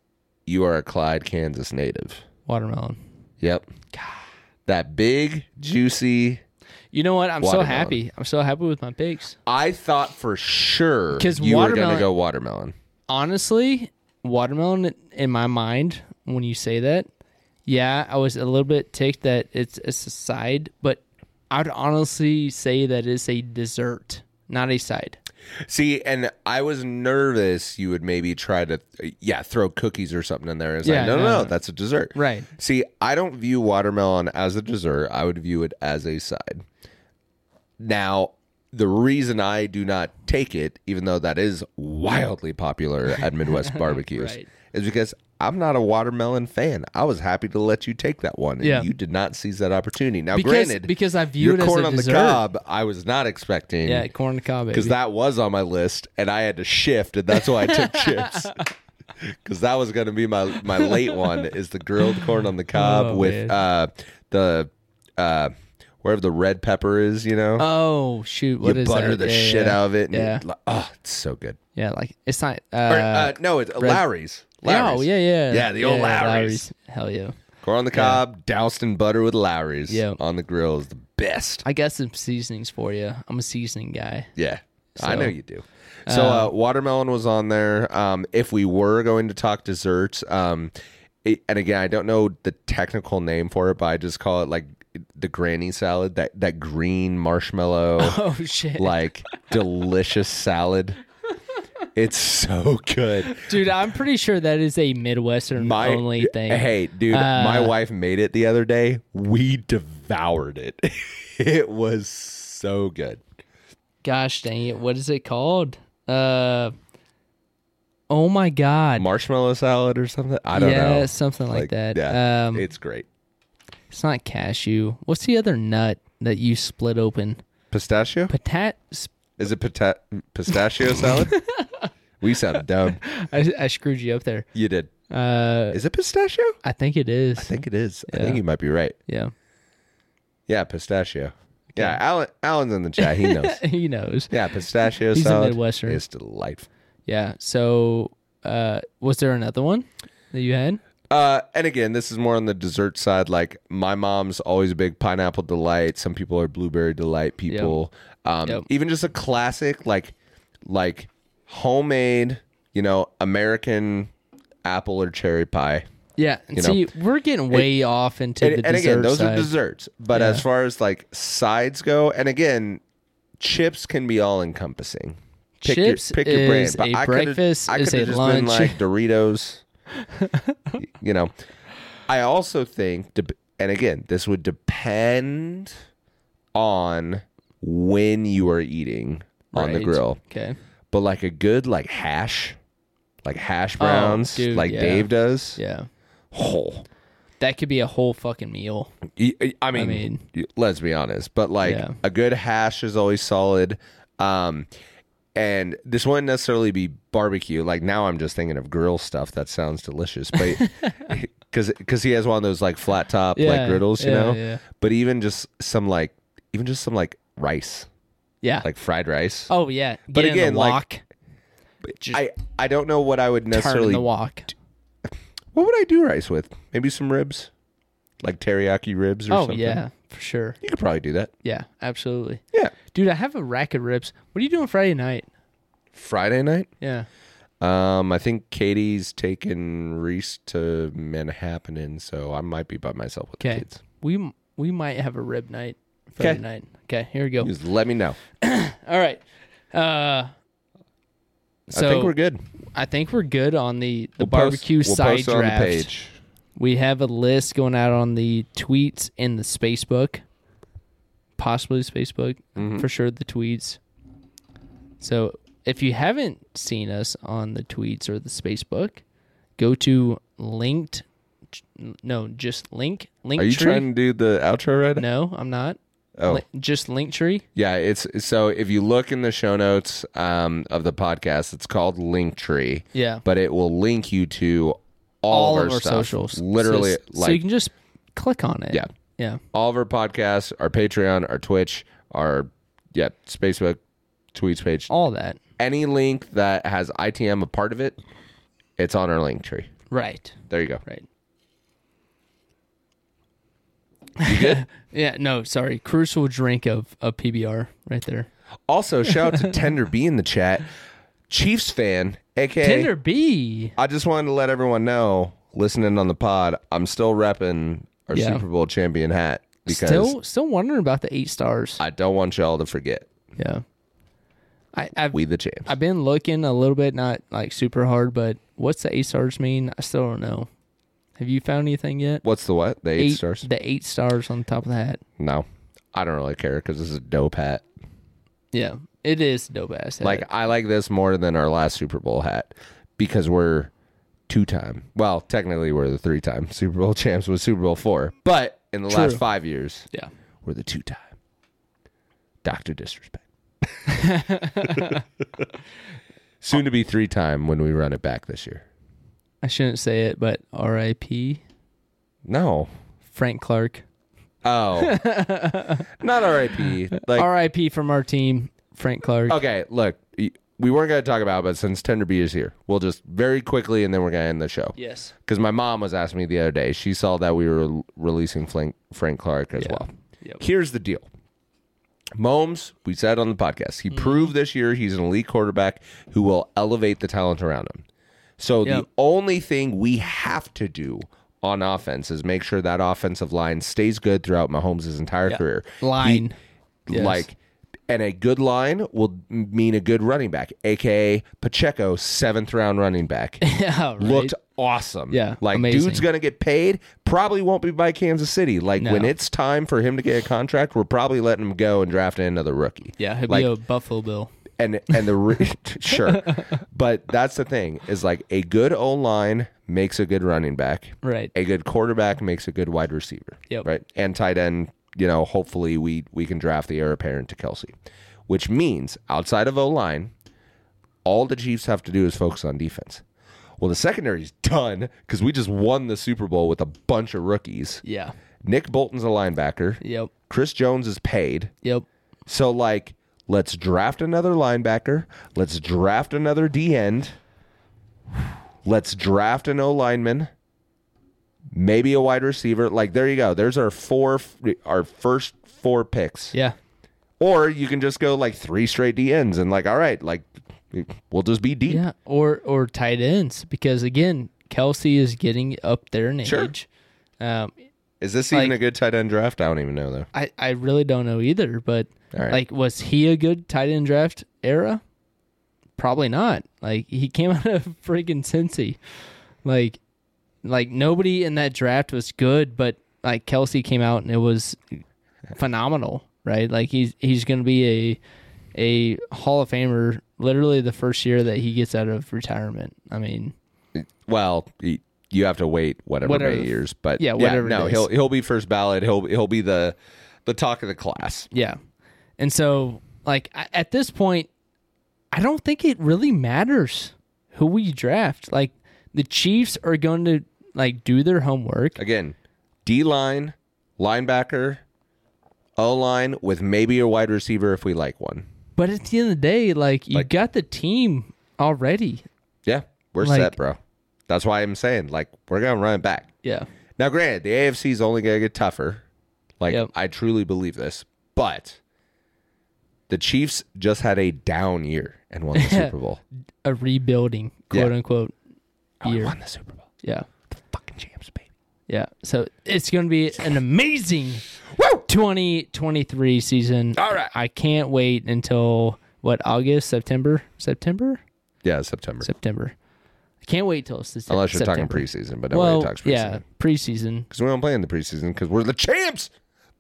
S1: you are a Clyde, Kansas native.
S2: Watermelon.
S1: Yep. That big juicy.
S2: You know what? I'm
S1: Watermelon.
S2: so happy. I'm so happy with my picks.
S1: I thought for sure
S2: 'Cause
S1: you were going
S2: watermelon-
S1: to go watermelon.
S2: honestly, watermelon in my mind when you say that, yeah, I was a little bit ticked that it's it's a side, but I'd honestly say that it's a dessert, not a side.
S1: See, and I was nervous you would maybe try to, yeah, throw cookies or something in there. It's
S2: Yeah,
S1: like, no, no,
S2: no,
S1: no,
S2: no.
S1: that's a dessert.
S2: Right.
S1: See, I don't view watermelon as a dessert. I would view it as a side. Now, the reason I do not take it, even though that is wildly popular at Midwest barbecues,
S2: Right.
S1: is because I'm not a watermelon fan. I was happy to let you take that one, and
S2: Yeah.
S1: you did not seize that opportunity. Now,
S2: Because-
S1: granted,
S2: because I view
S1: your
S2: it as
S1: corn
S2: a
S1: on
S2: dessert.
S1: the cob, I was not expecting.
S2: Yeah, corn on the cob.
S1: because
S2: Baby.
S1: that was on my list, and I had to shift, and that's why I took chips. Because that was going to be my my late one is the grilled corn on the cob
S2: Oh,
S1: with
S2: man.
S1: uh, the uh, wherever the red pepper is, you know,
S2: oh shoot,
S1: you
S2: what is
S1: butter
S2: that?
S1: the
S2: Yeah,
S1: shit
S2: yeah.
S1: out of it. And
S2: Yeah.
S1: you- oh, it's so good.
S2: Yeah, like it's not. Uh,
S1: Or, uh, no, it's Lowry's. Lowry's.
S2: Oh yeah, yeah,
S1: Yeah, the old Lowry's.
S2: Hell yeah.
S1: Corn on the cob, doused in butter with Lowry's.
S2: Yeah.
S1: on the grill is the best.
S2: I got some seasonings for you. I'm a seasoning guy.
S1: Yeah. I
S2: So-
S1: know you do. So uh, watermelon was on there. Um, if we were going to talk desserts, um, it- and again, I don't know the technical name for it, but I just call it like the granny salad. That that green marshmallow,
S2: Oh shit,
S1: like delicious salad. It's so good.
S2: dude! I'm pretty sure that is a Midwestern
S1: My
S2: only thing. Uh,
S1: Hey, dude, my wife made it the other day. We devoured it. it was so good.
S2: Gosh dang it! What is it called? Uh, oh my god!
S1: Marshmallow salad or something. I don't
S2: yeah,
S1: know.
S2: something like, that.
S1: yeah,
S2: um,
S1: it's great.
S2: it's not cashew. What's the other nut that you split open?
S1: Pistachio?
S2: Patat. sp-
S1: Is it pita- pistachio salad? we sound dumb.
S2: I, I screwed you up there.
S1: You did.
S2: Uh,
S1: Is it pistachio?
S2: I think it is.
S1: I think it is. I think you might be right.
S2: yeah,
S1: Yeah, pistachio. Yeah, Alan, Alan's in the chat. He knows.
S2: he knows.
S1: yeah, pistachio
S2: He's a
S1: salad.
S2: Midwestern.
S1: It's delightful.
S2: Yeah. So, uh, was there another one that you had?
S1: Uh, and again, this is more on the dessert side. Like my mom's always a big pineapple delight. Some people are blueberry delight people. Um,
S2: Yep.
S1: even just a classic like like homemade, you know, American apple or cherry pie.
S2: Yeah. see, we're getting way off into
S1: And,
S2: the
S1: and
S2: dessert
S1: again, those
S2: side.
S1: are desserts. But as far as like sides go, and again, chips can be all encompassing. Pick
S2: Chips
S1: your, pick your brand.
S2: is
S1: But
S2: a
S1: I could've-
S2: breakfast,
S1: I
S2: is
S1: could've
S2: a
S1: just been
S2: lunch.
S1: like Doritos. you know, I also think, dep- and again, this would depend on when you are eating on the
S2: Right.
S1: grill.
S2: Okay.
S1: But like a good like hash, like hash browns,
S2: Oh, dude,
S1: like
S2: yeah.
S1: Dave does.
S2: Yeah.
S1: Oh,
S2: That could be a whole fucking meal.
S1: Y- y- I mean,
S2: mean-
S1: y- let's be honest, but like
S2: Yeah.
S1: a good hash is always solid. Um, and this wouldn't necessarily be barbecue. Like now, I'm just thinking of grill stuff. That sounds delicious, but because because he has one of those like flat top
S2: Yeah,
S1: like griddles, you
S2: yeah,
S1: know.
S2: yeah.
S1: But even just some like even just some like rice,
S2: Yeah.
S1: like fried rice.
S2: oh yeah. Get
S1: But
S2: in the
S1: again, like,
S2: wok. just
S1: I I don't know what I would
S2: turn in
S1: necessarily.
S2: the wok.
S1: what would I do rice with? Maybe some ribs, like teriyaki ribs or
S2: Oh
S1: something.
S2: yeah, for sure.
S1: you could probably do that.
S2: Yeah, absolutely.
S1: Yeah,
S2: Dude, I have a rack of ribs. What are you doing Friday night?
S1: Friday night.
S2: Yeah.
S1: Um, I think Katie's taking Reese to Manhattan, and so I might be by myself with the
S2: Okay.
S1: kids.
S2: We m- we might have a rib night Friday
S1: Okay.
S2: night. Okay, here we go.
S1: Just let me know.
S2: All right. Uh so
S1: I think we're good.
S2: I think we're good on the, the
S1: We'll post-
S2: barbecue
S1: we'll
S2: side
S1: post it
S2: draft.
S1: on the page.
S2: We have a list going out on the tweets and the Facebook, possibly the Facebook,
S1: Mm-hmm.
S2: for sure the tweets. So if you haven't seen us on the tweets or the Facebook, go to linked. No, just link link
S1: Are you
S2: tree.
S1: trying to do the outro right now?
S2: No, I'm not.
S1: Oh.
S2: Li- just link tree.
S1: Yeah, it's so if you look in the show notes um, of the podcast, it's called Linktree.
S2: Yeah.
S1: But it will link you to all,
S2: All
S1: of our, stuff.
S2: socials.
S1: Literally,
S2: so, so
S1: like
S2: you can just click on it.
S1: Yeah.
S2: Yeah.
S1: all of our podcasts, our Patreon, our Twitch, our yeah, Facebook, tweets page,
S2: All that.
S1: any link that has ITM a part of it, it's on our link tree.
S2: Right.
S1: There you go.
S2: Right. yeah, no, sorry. Crucial drink of, of PBR right there.
S1: Also, shout out to Tender B in the chat, Chiefs fan, aka.
S2: Tender B.
S1: I just wanted to let everyone know, listening on the pod, I'm still repping our
S2: Yeah.
S1: Super Bowl champion hat because
S2: Still still wondering about the eight stars.
S1: I don't want y'all to forget
S2: yeah. I, I've
S1: we the champs.
S2: I've been looking a little bit, not like super hard, but what's the eight stars mean? I still don't know. Have you found anything yet?
S1: What's the what? The eight, stars?
S2: The eight stars on top of the hat.
S1: No, I don't really care because this is a dope hat.
S2: Yeah. It is dope ass. Hat.
S1: Like I like this more than our last Super Bowl hat because we're two time. Well, technically we're the three time Super Bowl champs with Super Bowl four, but in the last
S2: True.
S1: five years
S2: Yeah.
S1: we're the two time. Doctor disrespect. Soon to be three time when we run it back this year.
S2: I shouldn't say it, but R. I. P.
S1: No.
S2: Frank Clark.
S1: Oh, not R.I.P. Like
S2: R.I.P. from our team, Frank Clark.
S1: Okay, look, y- we weren't going to talk about it, but since Tender B is here, we'll just very quickly and then we're going to end the show.
S2: Yes.
S1: Because my mom was asking me the other day, she saw that we were l- releasing Frank, Frank Clark as well.
S2: Yep.
S1: Here's the deal. Mahomes, we said on the podcast, he
S2: Mm-hmm.
S1: proved this year he's an elite quarterback who will elevate the talent around him. So
S2: Yep.
S1: the only thing we have to do on offense is make sure that offensive line stays good throughout Mahomes' entire career.
S2: Line.
S1: He-
S2: Yes.
S1: Like, and a good line will mean a good running back, aka Pacheco, seventh round running back.
S2: yeah, right.
S1: Looked awesome.
S2: Yeah,
S1: Like,
S2: amazing.
S1: dude's going to get paid. Probably won't be by Kansas City. Like, when
S2: No.
S1: it's time for him to get a contract, we're probably letting him go and drafting another rookie
S2: yeah, he'll
S1: like-
S2: be a Buffalo Bill.
S1: and and the re- sure, but that's the thing is like a good O line makes a good running back,
S2: Right.
S1: a good quarterback makes a good wide receiver,
S2: Yep.
S1: right, and tight end. You know, hopefully we we can draft the heir apparent to Kelsey, which means outside of O line, all the Chiefs have to do is focus on defense. Well, the secondary's done because we just won the Super Bowl with a bunch of rookies.
S2: Yeah.
S1: Nick Bolton's a linebacker.
S2: Yep.
S1: Chris Jones is paid.
S2: Yep.
S1: So like, let's draft another linebacker. Let's draft another D end. Let's draft an O lineman. Maybe a wide receiver. Like there you go. There's our four, our first four picks.
S2: Yeah.
S1: Or you can just go like three straight D ends and like, all right, like we'll just be deep.
S2: Yeah. Or or tight ends because again, Kelsey is getting up there in
S1: Sure.
S2: age. Um,
S1: Is this
S2: Like-
S1: even a good tight end draft? I don't even know though.
S2: I I really don't know either, but
S1: All right.
S2: like, was he a good tight end draft era? Probably not. Like he came out of freaking Cincy, like like nobody in that draft was good, but like Kelsey came out and it was phenomenal, right? Like he's he's gonna be a a Hall of Famer literally the first year that he gets out of retirement. I mean,
S1: Well, y- you have to wait whatever,
S2: Whatever
S1: many
S2: the-
S1: years, but
S2: yeah, whatever it
S1: no,
S2: is.
S1: he'll he'll be first ballot. He'll he'll be the the talk of the class.
S2: Yeah. And so, like, I- at this point, I don't think it really matters who we draft. Like, the Chiefs are going to, like, do their homework.
S1: again, D line, linebacker, O line with maybe a wide receiver if we like one.
S2: But at the end of the day, like, you
S1: Like-
S2: got the team already.
S1: Yeah, we're
S2: Like-
S1: set, bro. That's why I'm saying like we're gonna run it back.
S2: Yeah.
S1: Now, granted, the AFC is only gonna get tougher. Like
S2: Yep.
S1: I truly believe this, but the Chiefs just had a down year and won the Super Bowl.
S2: A rebuilding,
S1: Yeah.
S2: quote unquote,
S1: Oh, we
S2: year.
S1: won the Super Bowl.
S2: Yeah.
S1: The fucking champs, baby.
S2: Yeah. So it's going to be an amazing
S1: Woo!
S2: 2023 season.
S1: All right.
S2: I can't wait until, what, August, September? September?
S1: Yeah, September.
S2: September. I can't wait till it's September.
S1: Unless you're
S2: September.
S1: talking preseason, but nobody
S2: well,
S1: talks preseason.
S2: yeah, preseason.
S1: Because we don't play in the preseason because we're the champs,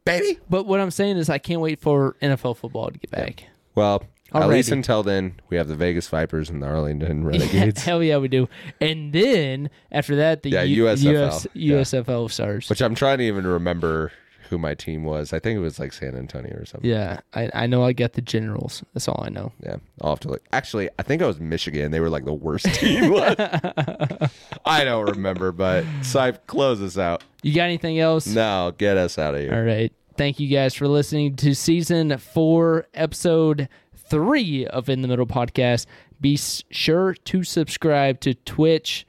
S1: baby.
S2: But what I'm saying is, I can't wait for NFL football to get back.
S1: Well, at
S2: Alrighty.
S1: least until then, we have the Vegas Vipers and the Arlington Renegades,
S2: Hell yeah, we do. And then after that, the
S1: Yeah,
S2: U-
S1: USFL.
S2: US,
S1: Yeah.
S2: USFL stars.
S1: which I'm trying to even remember who my team was. I think it was like San Antonio or something.
S2: yeah, I, I know I got the Generals. That's all I know.
S1: Yeah, I'll have to look. Actually, I think I was Michigan. They were like the worst team. left. I don't remember, but Sype, close us out.
S2: You got anything else?
S1: No, get us out of here.
S2: All right. Thank you guys for listening to season four, episode three of In the Middle podcast. Be s- sure to subscribe to Twitch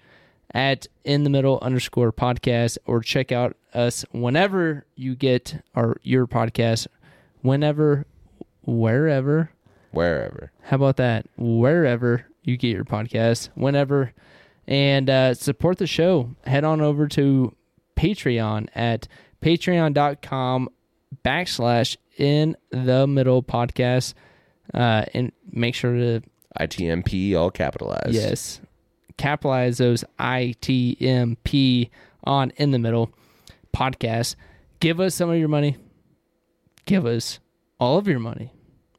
S2: at In the Middle underscore podcast or check out us whenever you get our your podcast, whenever, wherever.
S1: Wherever.
S2: How about that? Wherever you get your podcast, whenever, and uh, support the show, head on over to Patreon at patreon.com backslash in the middle podcast. Uh, and make sure to,
S1: ITMP, all capitalized.
S2: yes, capitalize those ITMP on in the middle podcast. Give us some of your money. Give us all of your money.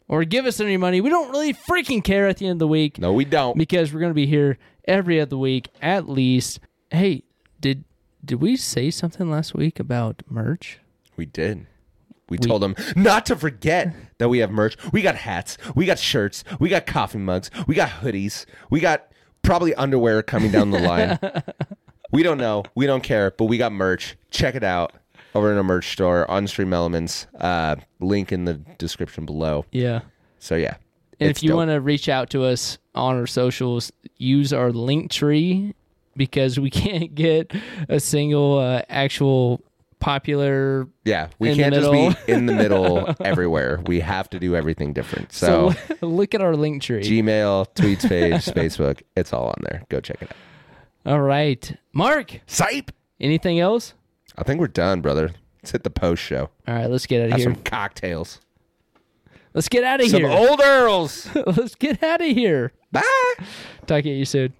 S2: Or give us some of your money. We don't really freaking care at the end of the week
S1: No, we don't.
S2: because we're going to be here every other week at least. Hey, did did we say something last week about merch?
S1: We did. We, told them not to forget that we have merch. We got hats, we got shirts, we got coffee mugs, we got hoodies, we got probably underwear coming down the line. we don't know, we don't care, but we got merch. Check it out over in our merch store on Stream Elements. Uh, link in the description below.
S2: Yeah.
S1: So yeah,
S2: And
S1: It's
S2: if you
S1: dope.
S2: want to reach out to us on our socials, use our link tree because we can't get a single uh, actual popular.
S1: yeah, we
S2: in the
S1: can't just
S2: middle.
S1: be in the middle everywhere. We have to do everything different. So.
S2: So look at our link tree.
S1: Gmail, tweets page, Facebook, it's all on there. Go check it out.
S2: All right. Mark,
S1: Sype!
S2: Anything else?
S1: I think we're done, brother. Let's hit the post show.
S2: All right, let's get out of
S1: Have
S2: here.
S1: some cocktails.
S2: Let's get out of
S1: Some
S2: here.
S1: old Earls.
S2: let's get out of here.
S1: Bye.
S2: Talk to you soon.